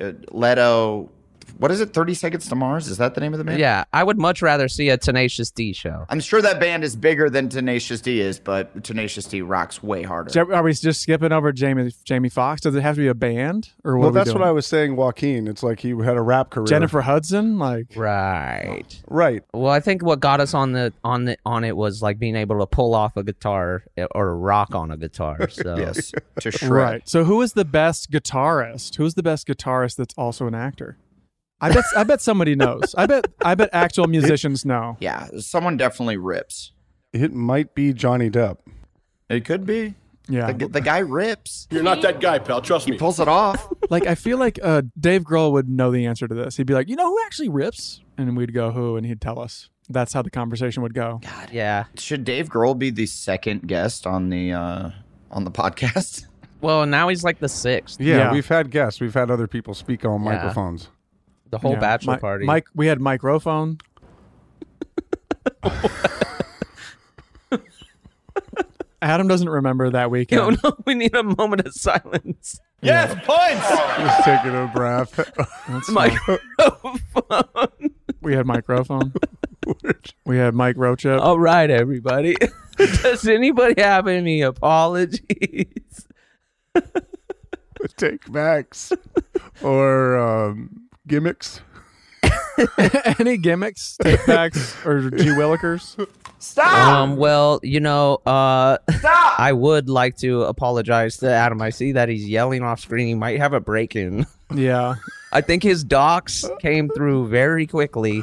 F: uh, Leto. What is it? Thirty Seconds to Mars. Is that the name of the band?
H: Yeah, I would much rather see a Tenacious D show.
F: I'm sure that band is bigger than Tenacious D is, but Tenacious D rocks way harder.
N: So Are we just skipping over Jamie Jamie Foxx? Does it have to be a band or what?
G: well,
N: are we
G: that's
N: doing?
G: what I was saying. Joaquin. It's like he had a rap career.
N: Jennifer Hudson, like
H: Right.
G: Right.
H: Well, I think what got us on the on the on it was like being able to pull off a guitar eh, or rock on a guitar. So
F: yes, to shred.
N: right. So who is the best guitarist? Who's the best guitarist that's also an actor? I bet I bet somebody knows. I bet I bet actual musicians know.
F: Yeah, someone definitely rips.
G: It might be Johnny Depp.
F: It could be.
N: Yeah.
F: The, g- the guy rips.
S: You're not that guy, pal. Trust me.
F: Pulls it off.
N: Like I feel like uh, Dave Grohl would know the answer to this. He'd be like, "You know who actually rips?" And we'd go, "Who?" And he'd tell us. That's how the conversation would go.
H: yeah.
F: Should Dave Grohl be the second guest on the uh, on the podcast?
H: Well, now he's like the sixth.
G: Yeah,
N: Yeah.
G: we've had guests. We've had other people speak on
H: Yeah.
G: microphones.
H: The whole
N: Yeah.
H: bachelor
N: Mi-
H: party.
N: Mike, we had microphone. Adam doesn't remember that weekend.
H: no, no, we need a moment of silence.
C: Yes, points.
G: Just taking a breath.
N: Microphone. we had microphone. we had Mike Rocha.
H: All right, everybody. Does anybody have any apologies?
G: Take backs or um, gimmicks.
N: Any gimmicks, take backs, or G Willikers?
H: Um, well, you know, uh, I would like to apologize to Adam. I see that he's yelling off screen. He might have a break in.
N: Yeah.
H: I think his docs came through very quickly,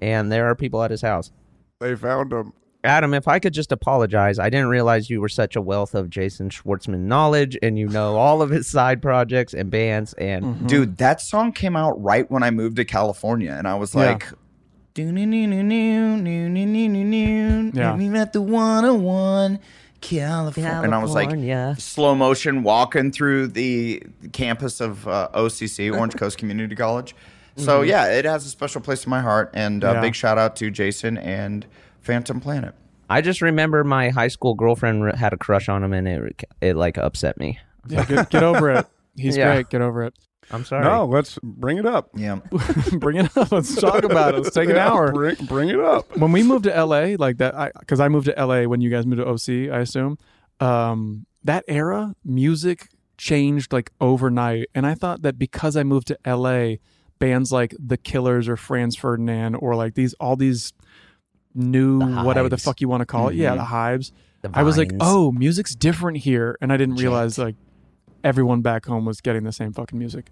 H: and there are people at his house.
G: They found him.
H: Adam, if I could just apologize, I didn't realize you were such a wealth of Jason Schwartzman knowledge and you know all of his side projects and bands and
F: Dude, that song came out right when I moved to California, and I was
H: Yeah.
F: like,
D: Yeah.
F: We met the 101 California. And I was like, slow motion walking through the campus of uh, OCC, Orange Coast Community College. So,
N: Mm-hmm.
D: Mhm.
F: yeah, it has a special place in my heart. And uh,
H: Yeah.
F: big shout out to Jason and Phantom Planet.
H: I just remember my high school girlfriend r- had a crush on him, and it it like upset me.
N: Yeah, get, get over it. He's
H: Yeah.
N: great. Get over it.
H: I'm sorry.
G: No, let's bring it up.
F: Yeah.
N: bring it up. Let's talk about it. Let's take an
G: Yeah,
N: hour.
G: Bring, bring it up.
N: when we moved to LA, like that, I because I moved to LA when you guys moved to OC, I assume. Um, that era, music changed like overnight, and I thought that because I moved to LA, bands like The Killers or Franz Ferdinand or like these all these new whatever the
H: Hives.
N: fuck you want to call it, yeah,
H: Mhm.
N: the Hives.
H: The
N: I was like,
H: Vines.
N: oh, music's different here, and I didn't realize like everyone back home was getting the same fucking music.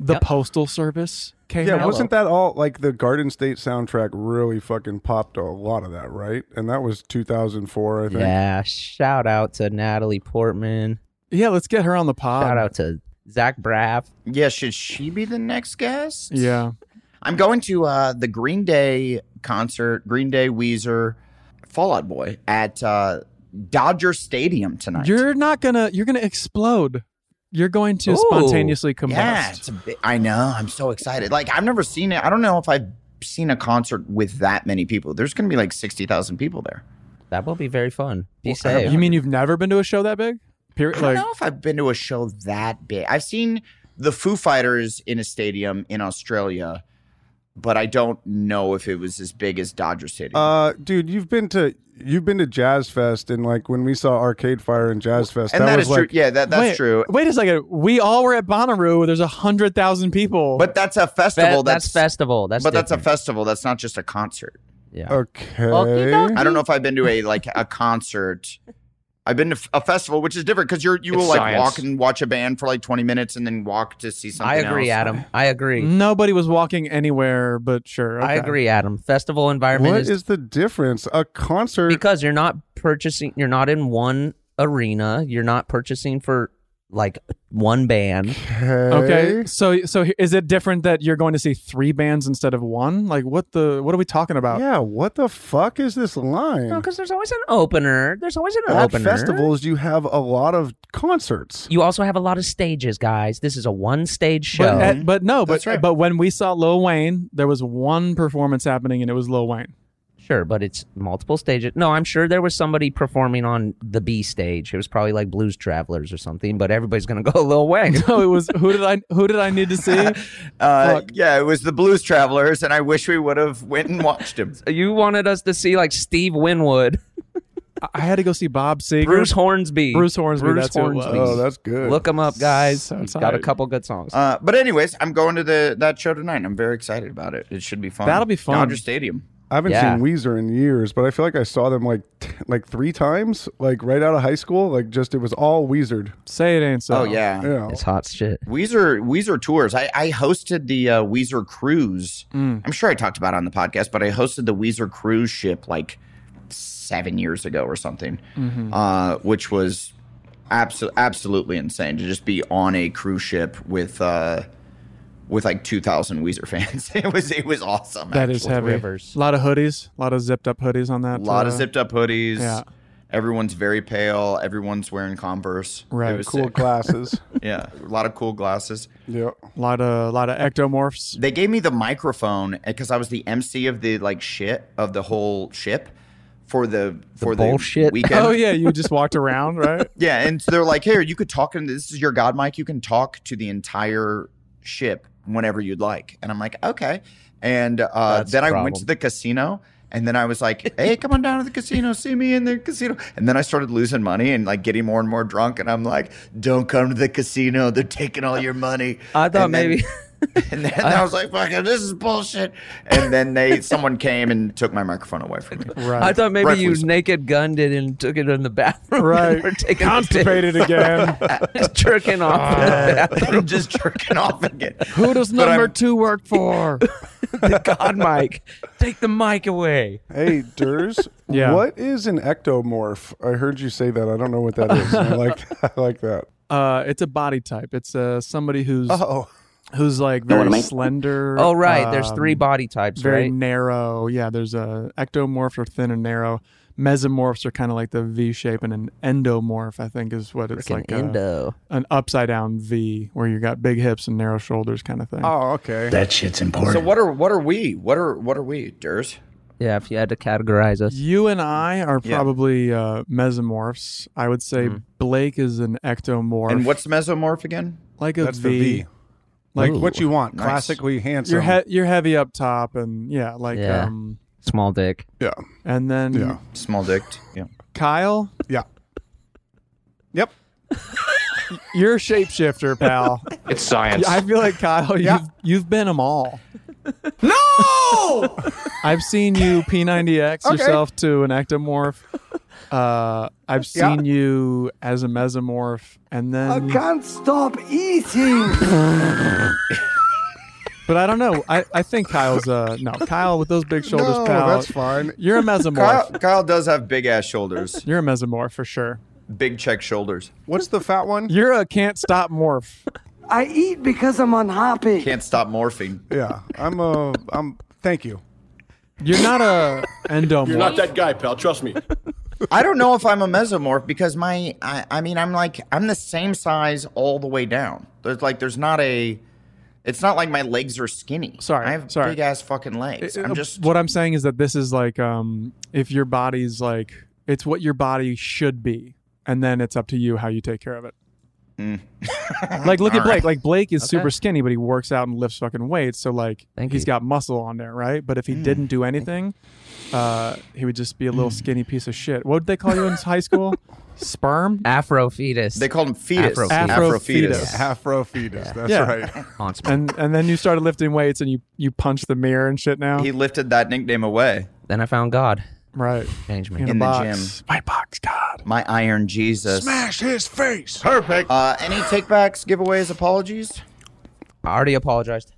N: The Postal Service came
G: yeah,
N: out.
G: wasn't that all like the Garden State soundtrack really fucking popped a lot of that, right? And that was 2004, I think.
H: Yeah, shout out to Natalie Portman.
N: Yeah, let's get her on the pod.
H: Shout out to Zach Braff.
F: Yeah, should she be the next guest?
N: Yeah.
F: I'm going to uh, the Green Day concert, Green Day, Weezer, Fallout Boy at uh, Dodger Stadium tonight.
N: You're not gonna. You're gonna explode. You're going to
F: Ooh.
N: spontaneously combust.
F: Yeah, it's a bi- I know. I'm so excited. Like I've never seen it. I don't know if I've seen a concert with that many people. There's going to be like sixty thousand people there.
H: That will be very fun. Be
F: I don't
H: safe.
N: You mean you've never been to a show that big? Period.
F: I don't
N: Like,
F: know if I've been to a show that big. I've seen the Foo Fighters in a stadium in Australia, but I don't know if it was as big as Dodger Stadium.
G: Uh, dude, you've been to you've been to Jazz Fest, and like when we saw Arcade Fire and Jazz Fest,
F: and
G: that
F: that
G: was
F: is
G: like,
F: true. Yeah, that, that's
N: wait,
F: true.
N: Wait a second. We all were at Bonnaroo. There's a hundred thousand people.
F: But that's a festival.
H: that's festival. That's
F: but that's a festival. That's not just a concert.
H: Yeah.
G: Okay.
F: I don't know if I've been to a like a concert. I've been to f- a festival, which is different because you're you
H: It's
F: will like
H: science.
F: walk and watch a band for like 20 minutes and then walk to see something.
H: I agree,
F: else.
H: Adam. I agree.
A: Mm,
N: nobody was walking anywhere. But sure,
H: I
N: okay.
H: agree, Adam. Festival environment
G: What
H: is
G: is the difference? A concert
H: because you're not purchasing you're not in one arena you're not purchasing for like one band
N: Okay, so so he- is it different that you're going to see three bands instead of one? Like, what the what are we talking about?
G: Yeah, what the fuck is this line?
H: because there's always an opener there's always an
G: At
H: opener
G: festivals, you have a lot of concerts.
H: you also have a lot of stages guys this is a one stage show
N: But, at- but no, but but when we saw Lil Wayne, there was one performance happening, and it was Lil Wayne.
H: sure but it's multiple stages no i'm sure there was somebody performing on the b stage it was probably like blues travelers or something but everybody's gonna go a little way
N: No, Oh, it was who did I who did I need to see?
F: Uh, yeah, it was the Blues Travelers, and I wish we would have went and watched him.
H: you wanted us to see like steve winwood
N: I- I had to go see Bob Seger.
H: bruce hornsby
N: Bruce Hornsby.
H: bruce
N: that's
H: hornsby
N: Who it was.
G: Oh, that's good
H: look him up guys he's got a
N: tight. Oh.
H: couple good songs
F: Uh, but anyways, I'm going to the that show tonight. I'm very excited about it. It should be fun.
G: That'll be fun.
F: Dodger Stadium.
G: I haven't
F: Yeah.
G: seen Weezer in years, but I feel like I saw them like t- like three times, like right out of high school. Like just it was all Weezered.
N: Say it ain't so.
F: Oh yeah.
H: It's hot shit.
F: Weezer Weezer tours. I, I hosted the uh, Weezer cruise.
N: Mm.
F: I'm sure I talked about it on the podcast, but I hosted the Weezer cruise ship like seven years ago or something,
S: Mhm.
N: Mm-hmm.
F: uh, which was abso- absolutely insane to just be on a cruise ship with uh, with like 2,000 Weezer fans. it was it was awesome.
N: That is
F: actually.
N: heavy. A lot of hoodies, a lot of zipped up hoodies on that.
F: A lot of
N: uh,
F: zipped up hoodies.
N: Yeah.
F: Everyone's very pale. Everyone's wearing Converse. It
N: Right.
F: was
N: Cool
G: glasses.
F: yeah, a lot of cool glasses.
G: Yeah.
N: A lot of lot of ectomorphs.
F: eh, They gave me the microphone because I was the MC of the like shit of the whole ship for the for the, weekend.
N: Oh yeah, you just walked around, right?
F: Yeah, and so they're like, here, you could talk, and this is your god mic. You can talk to the entire ship whenever you'd like. And I'm like, okay. And uh,
S: That's
F: then
S: the
F: I went
S: problem.
F: to the casino, and then I was like, hey, come on down to the casino, see me in the casino. And then I started losing money and like getting more and more drunk. And I'm like, don't come to the casino. They're taking all your money.
S: I thought
F: And then-
S: maybe-
F: And then I was like, fucking, this is bullshit. And then they, someone came and took my microphone away from me.
H: I thought maybe
F: Rightfully
H: you
F: so.
H: naked gunned it and took it in the bathroom.
F: Right.
H: Or taking
F: Constipated again.
H: just jerking off.
F: I'm just jerking off again.
N: Who does
F: But
N: number
F: I'm-
N: two work for?
H: the God mic. Take the mic away.
G: Hey, Durs.
N: Yeah.
G: What is an ectomorph? I heard you say that. I don't know what that is. I like I like that.
N: Uh, it's a body type. It's uh somebody who's
G: Oh.
N: who's like
G: Know what I
N: very
G: mean?
N: slender.
H: Oh, right. There's three body types,
N: Um, Very
H: right?
N: narrow. Yeah, there's a ectomorphs are thin and narrow. Mesomorphs are kind of like the V shape, and an endomorph I think is what it's
H: Frickin'
N: like. uh, a-
H: endo.
N: an upside down V where you got big hips and narrow shoulders kind of thing.
G: Oh, okay.
N: That shit's
F: So what are what are we? What are what are we, Durs?
H: Yeah, if you had to categorize us.
N: You and I are
F: Yeah.
N: probably uh, mesomorphs. I would say
G: Mm-hmm.
N: Blake is an ectomorph.
F: And what's mesomorph again?
N: like a
G: That's
N: V.
G: the V. Like what you want,
N: Nice.
G: classically handsome.
N: You're he- you're heavy up top and yeah, like
H: Yeah.
N: um
H: Small dick.
G: Yeah.
N: and then
G: Yeah.
F: Small dicked. Yeah.
N: Kyle?
G: Yeah. Yep.
N: You're a shapeshifter, pal.
S: It's science.
N: I feel like Kyle,
S: Yeah.
N: you've you've been them all.
S: No!
N: I've seen you P90X
S: Okay.
N: yourself to an ectomorph. Uh, I've
S: Yeah.
N: seen you as a mesomorph, and then
S: stop eating.
N: But I don't know. I, I think Kyle's uh no Kyle with those big shoulders.
G: No,
N: pal,
G: that's fine.
N: You're a mesomorph.
F: Kyle, Kyle does have big ass shoulders,
N: You're a mesomorph for sure.
F: big check shoulders.
G: What's the fat one?
N: You're a can't stop morph.
S: I eat because I'm unhappy.
F: Can't stop morphing.
G: Yeah. I'm a I'm thank you.
N: You're not a endomorph.
T: You're not that guy, pal. Trust me.
F: I don't know if I'm a mesomorph because my I, I mean I'm like I'm the same size all the way down. There's like there's not a it's not like my legs are skinny. Sorry. Uh, I have
N: sorry.
F: big ass fucking legs. I'm just
N: Uh, what I'm saying is that this is like um if your body's like it's what your body should be, and then it's up to you how you take care of it. Like look
F: Mm. All
N: at Blake.
F: right.
N: Like Blake is super
F: Okay.
N: skinny, but he works out and lifts fucking weights, so like he's got muscle on there, right? But if
F: Mm.
N: he didn't do anything, uh, he would just be a little skinny piece of shit. What did they call you in high school? Sperm?
H: Afro fetus.
F: They called him fetus.
N: Afro fetus.
G: Afro fetus. That's
N: Yeah.
G: right.
N: and and then you started lifting weights and you you punch the mirror and shit now.
F: he lifted that nickname away.
H: Then I found God.
N: right.
H: Change me.
F: In, the gym. My box god. My iron Jesus.
G: Smash his face.
F: Perfect. Uh, any takebacks, giveaways, apologies?
H: I already apologized.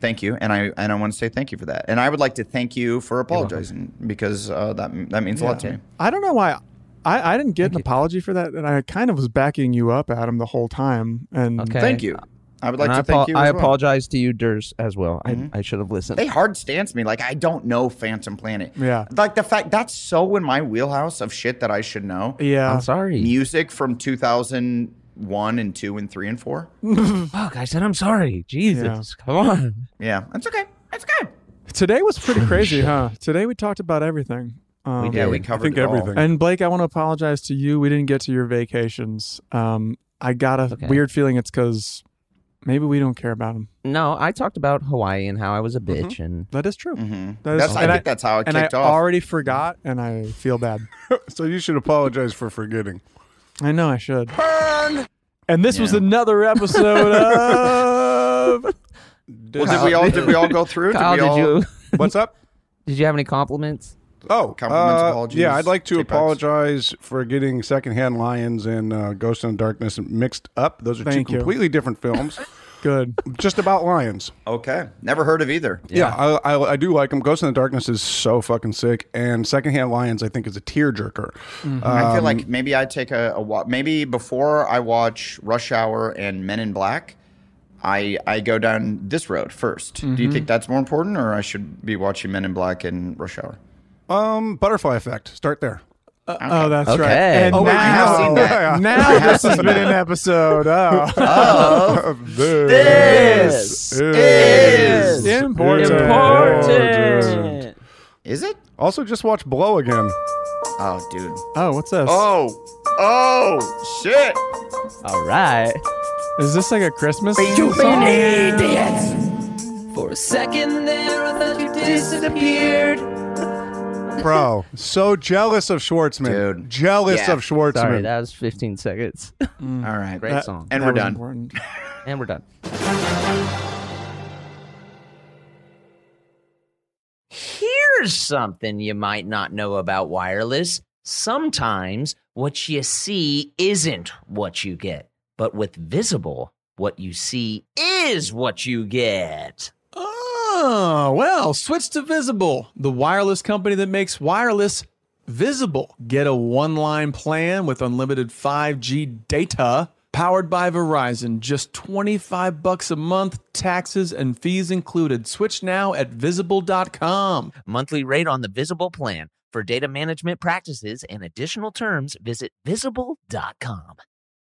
F: Thank you, and I and I want to say thank you for that. And I would like to thank you for apologizing because uh, that that means a lot to me.
N: I don't know why I, I didn't get an apology for that, and I kind of was backing you up, Adam, the whole time. And
H: Okay. Thank you.
F: I would like
H: And
F: to
H: I
F: thank
H: apo-
F: you.
H: I
F: as well.
H: apologize to you, Durs, as well. I, I should have listened.
F: They hard stance me like I don't know Phantom Planet.
H: Yeah.
F: like the fact that's so in my wheelhouse of shit that I should know.
N: Yeah. I'm
H: sorry.
F: Music from 2001 and two and three and four.
H: Fuck, I said I'm sorry. Jesus, come on.
F: Yeah, that's okay.
N: Today was pretty crazy, huh? Today we talked about everything. Um,
F: did. Yeah, we
G: I
F: covered
G: think it all. everything.
N: And Blake, I want to apologize to you. We didn't get to your vacations. Um, I got a weird feeling it's because maybe we don't care about them.
H: No, I talked about Hawaii and how I was a bitch, and
N: that is true. That is-
F: Mm-hmm. That's I
N: and
F: think that's how it
N: and
F: kicked
N: I
F: off.
N: already forgot, and I feel bad.
G: so you should apologize for forgetting.
N: I know I should. Burn. And this was another episode of.
F: Well, did we all did we all go through?
H: Kyle,
F: did
H: did,
F: we all?
H: you?
G: What's up?
H: Did you have any compliments?
G: Oh,
F: Compliments,
G: uh,
F: apologies,
G: Yeah, I'd like to
F: take backs.
G: apologize for getting Secondhand Lions and uh, Ghost in the Darkness mixed up. Those are
F: Thank
G: two
F: you.
G: completely different films.
N: Good.
G: Just about lions.
F: Okay, never heard of either.
G: Yeah, I, I, I do like them. Ghost in the Darkness is so fucking sick, and Secondhand Lions I think is a tearjerker.
F: I feel
G: Um,
F: like maybe I take a, a wa- maybe before I watch Rush Hour and Men in Black, I I go down this road 1st Do you
G: Mhm.
F: think that's more important, or I should be watching Men in Black and Rush Hour?
G: um butterfly effect. Start there.
N: Oh, that's
F: Okay.
N: right. And
G: Oh, wait, you have
N: now,
G: seen that. I
N: now
G: have
N: this has
G: seen
N: been
G: that.
N: an episode Oh. of,
G: This
N: is important.
G: important.
F: Is it?
G: Also, just watch Blow again.
U: Oh, dude.
N: Oh, what's this?
U: Oh, oh, shit.
N: All right. Is this like a Christmas?
V: For a second there, I thought you disappeared.
G: Bro, so jealous of Schwartzman. Dude. Jealous
W: Yeah.
G: of Schwartzman.
W: Sorry, that was 15 seconds.
F: Mm.
U: All right.
W: Great
G: That-
W: song.
G: and
W: That
G: we're
W: was
G: done.
W: important. and we're done.
H: Here's something you might not know about wireless. Sometimes what you see isn't what you get, but with visible, what you see is what you get.
A: Oh, well, switch to Visible, the wireless company that makes wireless visible. Get a one line plan with unlimited 5G data powered by Verizon. Just 25 bucks a month, taxes and fees included. Switch now at visible.com.
H: Monthly rate on the Visible plan. For data management practices and additional terms, visit visible.com.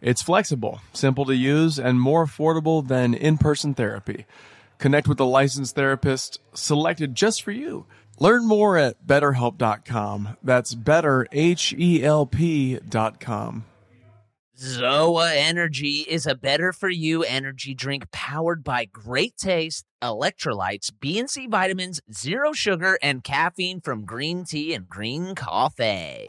A: It's flexible, simple to use, and more affordable than in person therapy. Connect with a licensed therapist selected just for you. Learn more at betterhelp.com. That's better, H E L P.com.
H: Zoa Energy is a better for you energy drink powered by great taste, electrolytes, B and C vitamins, zero sugar, and caffeine from green tea and green coffee.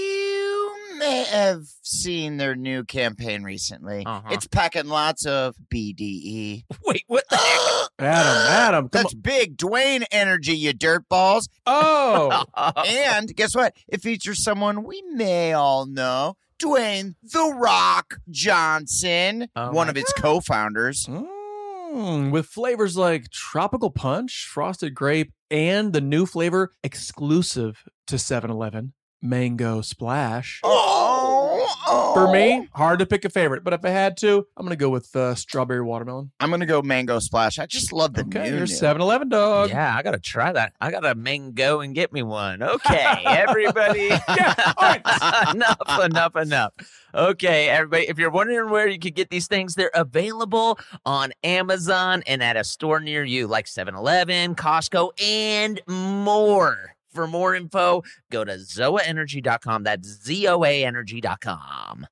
F: You may have seen their new campaign recently. It's packing lots of E. BDE.
H: Wait, what the heck?
A: Adam, Adam,
F: That's big Dwayne energy, you dirtballs.
A: Oh.
F: and guess what? It features someone we may all know. Dwayne The Rock Johnson,
A: Oh
F: one
A: my
F: of its co founders.
A: Mm, with flavors like tropical punch, frosted grape, and the new flavor exclusive to 7 Eleven, mango splash. Oh.
F: Oh.
A: For me, hard to pick a favorite, but if I had to, I'm going to go with uh, strawberry watermelon.
F: I'm going to go mango splash. I just love the
A: Okay,
F: new
A: you're
F: new.
A: 7 Eleven dog.
H: Yeah, I gotta try that. I gotta mango and get me one. Okay, everybody. enough, enough, enough. Okay, everybody. If you're wondering where you could get these things, they're available on Amazon and at a store near you, like 7-Eleven, Costco, and more. For more info, go to zoaenergy.com. That's Z O A energy.com.